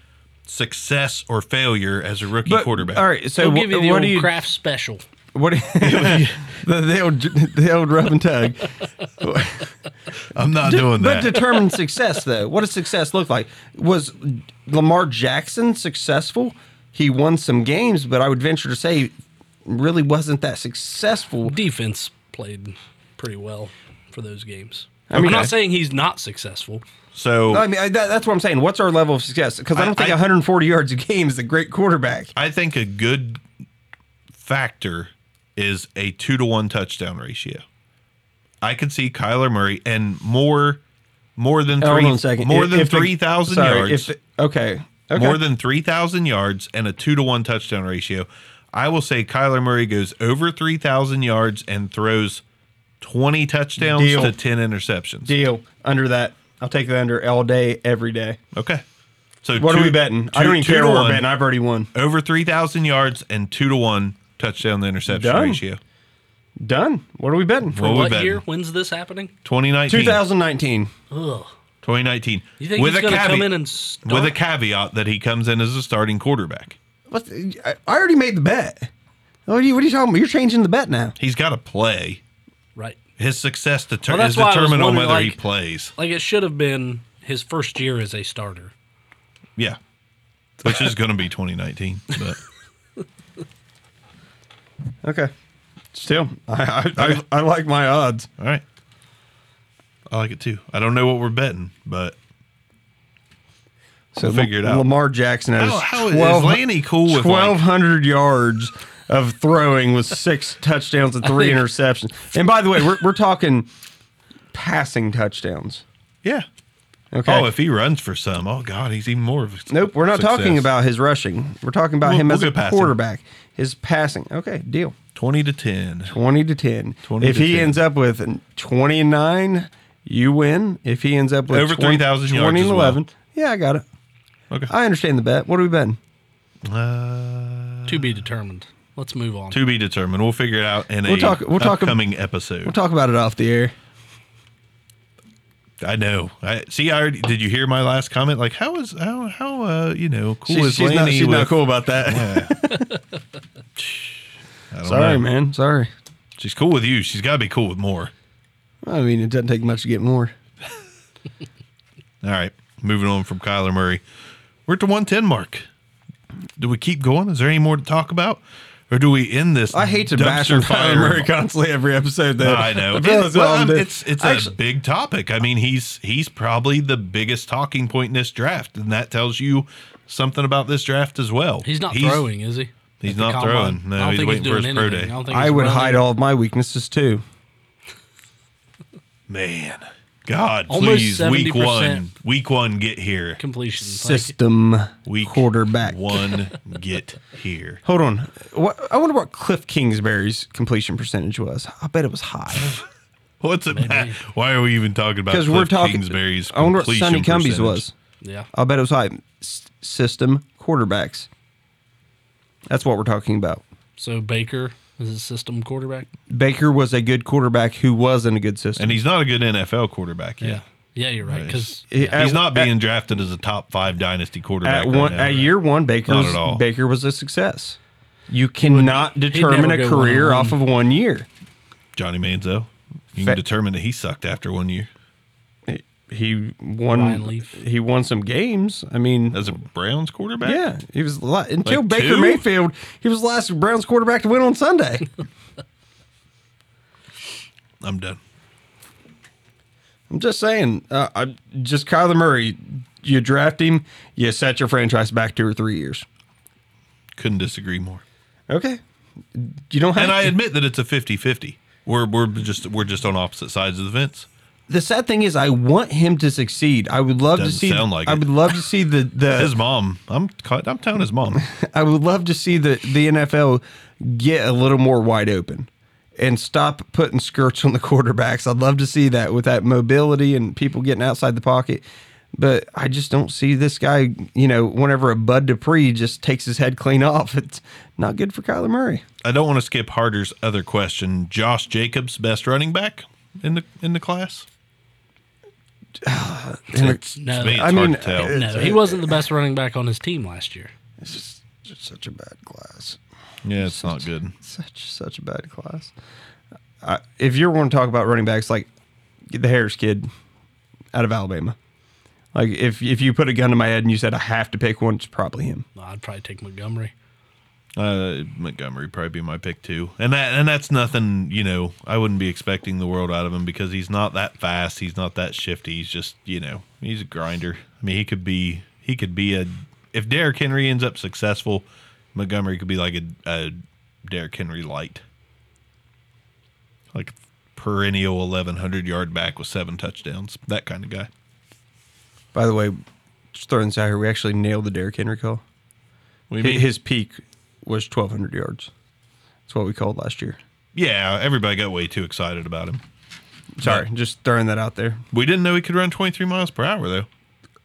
Speaker 3: success or failure as a rookie quarterback.
Speaker 4: All right, so
Speaker 2: They'll
Speaker 4: wh-
Speaker 2: give you the
Speaker 4: what
Speaker 2: old
Speaker 4: do you
Speaker 2: craft special.
Speaker 4: what do you, (laughs) the, the old the old rub and tug?
Speaker 3: I'm not doing
Speaker 4: But
Speaker 3: that. (laughs)
Speaker 4: determine success though. What does success look like? Was Lamar Jackson successful? He won some games, but I would venture to say really wasn't that successful.
Speaker 2: Defense played pretty well for those games. I
Speaker 4: I mean-
Speaker 2: am not saying he's not successful.
Speaker 3: so
Speaker 4: I mean, I, that, that's what I'm saying. What's our level of success? Because I don't think
Speaker 3: I-
Speaker 4: 140 yards a game is a great quarterback.
Speaker 3: I think a good factor is a two to one touchdown ratio. I could see Kyler Murray and more, more than
Speaker 4: Oh, Hold
Speaker 3: three,
Speaker 4: on a second.
Speaker 3: more
Speaker 4: If-
Speaker 3: than
Speaker 4: if the-
Speaker 3: three thousand
Speaker 4: sorry,
Speaker 3: yards,
Speaker 4: if the- okay. okay.
Speaker 3: more than three thousand yards, and a two to one touchdown ratio. I will say Kyler Murray goes over three thousand yards and throws twenty touchdowns
Speaker 4: Deal.
Speaker 3: to ten interceptions.
Speaker 4: deal under that. I'll take the under all day, every day.
Speaker 3: Okay, so
Speaker 4: What
Speaker 3: two-
Speaker 4: are we betting? I
Speaker 3: two-
Speaker 4: don't even
Speaker 3: two
Speaker 4: care
Speaker 3: to
Speaker 4: what we're
Speaker 3: one,
Speaker 4: betting. I've already won.
Speaker 3: Over three thousand yards and two to one touchdown to interception
Speaker 4: Done.
Speaker 3: ratio.
Speaker 4: Done. What are we betting?
Speaker 3: What we
Speaker 2: what
Speaker 3: betting?
Speaker 2: year? When's this happening?
Speaker 3: 2019.
Speaker 4: 2019.
Speaker 2: Ugh.
Speaker 3: 2019.
Speaker 2: You think he's going to come in and start?
Speaker 3: with a caveat that he comes in as a starting quarterback.
Speaker 4: What? I I already made the bet. What are you, what are you talking about? You're changing the bet now.
Speaker 3: He's got to play.
Speaker 2: right.
Speaker 3: His success deter-
Speaker 2: Well, that's
Speaker 3: is
Speaker 2: why I was
Speaker 3: determined on
Speaker 2: wondering,
Speaker 3: whether he
Speaker 2: like-
Speaker 3: plays.
Speaker 2: Like it should have been his first year as a starter.
Speaker 3: Yeah. Which is going to be 2019. But
Speaker 4: Okay. Still, I I, I, I like my odds.
Speaker 3: all right. I like it too. I don't know what we're betting, but
Speaker 4: So
Speaker 3: We'll figure it out.
Speaker 4: Lamar Jackson has
Speaker 3: How- how is
Speaker 4: 12
Speaker 3: Lanny cool with, like-
Speaker 4: 1,200 yards of throwing with six (laughs) touchdowns
Speaker 3: (laughs)
Speaker 4: and three interceptions. And by the way, we're, we're talking passing touchdowns.
Speaker 3: yeah.
Speaker 4: Okay.
Speaker 3: Oh, if he runs for some, oh god, he's even more of a
Speaker 4: Nope, we're not
Speaker 3: success.
Speaker 4: talking about his rushing. We're talking about
Speaker 3: We'll-
Speaker 4: him
Speaker 3: we'll
Speaker 4: as a
Speaker 3: get past him.
Speaker 4: quarterback. His passing. Okay, deal.
Speaker 3: twenty to ten.
Speaker 4: 20 to 10.
Speaker 3: 20
Speaker 4: if
Speaker 3: to
Speaker 4: he
Speaker 3: 10.
Speaker 4: ends up with 29, you win. If he ends up with
Speaker 3: Over
Speaker 4: 20
Speaker 3: 3,000 yards
Speaker 4: 20 and
Speaker 3: as well.
Speaker 4: 11. Yeah, I got it.
Speaker 3: Okay,
Speaker 4: I understand the bet. What are we betting?
Speaker 3: uh,
Speaker 2: To be determined. Let's move on.
Speaker 3: to be determined. We'll figure it out in
Speaker 4: We'll
Speaker 3: a
Speaker 4: talk- we'll talk ab-
Speaker 3: upcoming episode.
Speaker 4: We'll talk about it off the air.
Speaker 3: I know. I see. I already did. You hear my last comment? Like, how is how how uh you know cool
Speaker 4: She's-
Speaker 3: is
Speaker 4: she's
Speaker 3: Laney?
Speaker 4: not- she's not cool
Speaker 3: about that.
Speaker 4: Sorry, man. Sorry.
Speaker 3: She's cool with you. She's got to be cool with more.
Speaker 4: I mean, it doesn't take much to get more.
Speaker 3: All right, moving on from Kyler Murray, we're at the one ten mark. Do we keep going? Is there any more to talk about, or do we end this?
Speaker 4: I hate to
Speaker 3: dumpster
Speaker 4: bash on Kyler
Speaker 3: fire?
Speaker 4: Murray constantly every episode, though.
Speaker 3: I know.
Speaker 4: I feel
Speaker 3: It-
Speaker 4: that's all
Speaker 3: well,
Speaker 4: I'm
Speaker 3: I'm-
Speaker 4: doing.
Speaker 3: it's it's a
Speaker 4: Actually-
Speaker 3: big topic. I mean, he's he's probably the biggest talking point in this draft, and that tells you something about this draft as well.
Speaker 2: He's not throwing, is he?
Speaker 3: he's
Speaker 2: At the
Speaker 3: not
Speaker 2: combine?
Speaker 3: throwing. No,
Speaker 2: I don't
Speaker 3: he's
Speaker 2: think
Speaker 3: waiting
Speaker 2: he's
Speaker 3: for
Speaker 2: doing
Speaker 3: his pro
Speaker 2: anything.
Speaker 3: day.
Speaker 2: I, don't think
Speaker 4: I
Speaker 2: he's
Speaker 4: would
Speaker 2: running.
Speaker 4: hide all of my weaknesses, too.
Speaker 3: Man, God,
Speaker 2: Almost
Speaker 3: please, week
Speaker 2: 70%
Speaker 3: one, week one, get here.
Speaker 2: completion. Like,
Speaker 4: System
Speaker 3: Week
Speaker 4: quarterback.
Speaker 3: one, get here.
Speaker 4: Hold on. What, I wonder what Cliff Kingsbury's completion percentage was. I bet it was high.
Speaker 3: (laughs) What's it matter? Why are we even talking about?
Speaker 4: Because we're
Speaker 3: Uh, Cliff
Speaker 4: talking.
Speaker 3: Kingsbury's
Speaker 4: I wonder what
Speaker 3: completion
Speaker 4: Sonny Cumbie's
Speaker 3: percentage?
Speaker 4: was.
Speaker 2: yeah.
Speaker 4: I bet it was high. S- system quarterbacks. That's what we're talking about.
Speaker 2: So Baker is a system quarterback.
Speaker 4: Baker was a good quarterback who was in a good system.
Speaker 3: and he's not a good NFL quarterback yet.
Speaker 2: Yeah. Yeah, you're right. Because
Speaker 4: He- at-
Speaker 3: He's not being
Speaker 4: at-
Speaker 3: drafted as a top five dynasty quarterback
Speaker 4: at one
Speaker 3: right now.
Speaker 4: at year one. Baker
Speaker 3: Not
Speaker 4: was,
Speaker 3: at all.
Speaker 4: Baker was a success. You cannot determine
Speaker 2: never
Speaker 4: a
Speaker 2: go
Speaker 4: career
Speaker 2: one-on-one.
Speaker 4: off of one year.
Speaker 3: Johnny Manziel. You
Speaker 4: Fa-
Speaker 3: can determine that he sucked after one year
Speaker 4: He won.
Speaker 2: Ryan Leaf.
Speaker 4: He won some games. I mean,
Speaker 3: as a Browns quarterback.
Speaker 4: yeah, he was the la- until
Speaker 3: Like
Speaker 4: Baker
Speaker 3: two?
Speaker 4: Mayfield. He was the last Browns quarterback to win on Sunday.
Speaker 3: I'm done.
Speaker 4: I'm just saying, uh, I just Kyler Murray. You draft him, you set your franchise back two or three years.
Speaker 3: Couldn't disagree more.
Speaker 4: Okay, you don't have.
Speaker 3: And I
Speaker 4: to-
Speaker 3: admit that it's a 50-50. We're we're just we're just on opposite sides of the fence.
Speaker 4: the sad thing is, I want him to succeed. I would love to
Speaker 3: Doesn't
Speaker 4: see.
Speaker 3: sound like
Speaker 4: I
Speaker 3: it.
Speaker 4: would love to see the
Speaker 3: (laughs)
Speaker 4: the.
Speaker 3: His mom. I'm I'm telling his
Speaker 4: (laughs)
Speaker 3: mom.
Speaker 4: I would love to see the the NFL get a little more wide open and stop putting skirts on the quarterbacks. I'd love to see that with that mobility and people getting outside the pocket. But I just don't see this guy, you know, whenever a Bud Dupree just takes his head clean (laughs) off, it's not good for Kyler Murray.
Speaker 3: I don't want to skip Harder's other question. Josh Jacobs, best running back in the in the
Speaker 4: (sighs)
Speaker 3: class. It's,
Speaker 2: No.
Speaker 3: to me, it's
Speaker 4: I mean,
Speaker 3: hard to tell.
Speaker 2: no, he wasn't the best running back on his team last year.
Speaker 4: It's such a bad class.
Speaker 3: yeah, it's not good.
Speaker 4: Such such a bad class. I, if you're want to talk about running backs, like get the Harris kid out of Alabama. Like if if you put a gun to my head and you said I have to pick one, it's probably him.
Speaker 2: No, I'd probably
Speaker 1: (laughs)
Speaker 2: take Montgomery.
Speaker 3: Uh, Montgomery probably be my pick too, and that and that's nothing. You know, I wouldn't be expecting the world out of him because he's not that fast. He's not that shifty. He's just you know he's a grinder. I mean, he could be he could be a if Derrick Henry ends up successful, Montgomery could be like a, a Derrick Henry light, like perennial eleven hundred yard back with seven touchdowns. That kind of guy.
Speaker 4: By the way, just throwing this out here, we actually nailed the Derrick Henry call.
Speaker 3: We
Speaker 4: Hi- His peak was 1,200 yards. That's what we called last year.
Speaker 3: yeah, everybody got way too excited about him.
Speaker 4: Sorry, just throwing that out there.
Speaker 3: We didn't know he could run twenty three miles per hour though.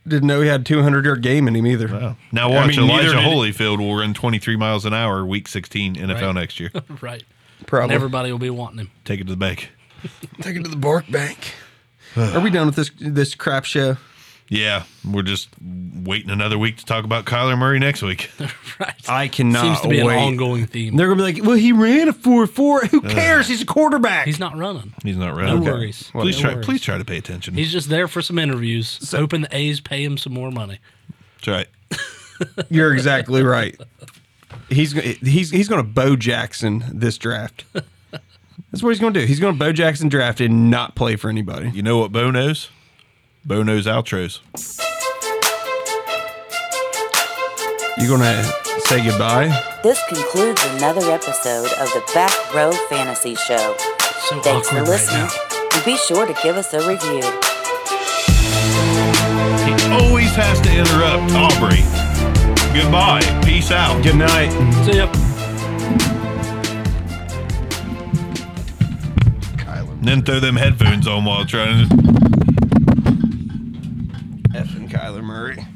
Speaker 4: Didn't know he had 200 yard game in him either.
Speaker 3: Wow. Now
Speaker 4: I
Speaker 3: watch
Speaker 4: mean, neither
Speaker 3: Elijah
Speaker 4: did-
Speaker 3: Holyfield will run 23 miles an hour week 16 NFL
Speaker 2: Right.
Speaker 3: next
Speaker 2: (laughs)
Speaker 3: year.
Speaker 2: Right. And
Speaker 4: Probably.
Speaker 2: everybody will be
Speaker 1: (laughs)
Speaker 2: wanting him.
Speaker 3: Take it to the bank.
Speaker 4: Take it to the bark bank. Are we done with this this crap show?
Speaker 3: Yeah, we're just waiting another week to talk about Kyler Murray
Speaker 2: (laughs)
Speaker 3: next week.
Speaker 2: Right.
Speaker 4: I cannot
Speaker 2: Seems to be
Speaker 4: wait.
Speaker 2: an ongoing theme.
Speaker 4: They're gonna be like, well, he ran a four four. Who cares? He's a quarterback.
Speaker 2: He's not running.
Speaker 3: He's
Speaker 2: No
Speaker 3: not running.
Speaker 2: worries.
Speaker 3: Please
Speaker 2: No
Speaker 3: try.
Speaker 2: worries.
Speaker 3: Please try to pay attention.
Speaker 2: He's just there for some interviews, hoping the A's pay him some more money.
Speaker 3: That's right.
Speaker 2: (laughs)
Speaker 4: You're exactly right. He's go- he's he's gonna Bo Jackson this draft. That's what he's gonna do. He's gonna Bo Jackson draft and not play for anybody.
Speaker 3: You know what Bo knows? Bo knows outros.
Speaker 4: You gonna say goodbye?
Speaker 1: This concludes another episode of the Back Row Fantasy Show.
Speaker 2: So
Speaker 1: Thanks
Speaker 2: awkward
Speaker 1: for
Speaker 2: right
Speaker 1: listening,
Speaker 2: now.
Speaker 1: and be sure to give us a review.
Speaker 3: has to interrupt Aubrey. Goodbye. Peace out.
Speaker 4: Good night.
Speaker 2: See ya.
Speaker 4: Kyler.
Speaker 3: And then throw them headphones on while trying to.
Speaker 4: F and Kyler Murray.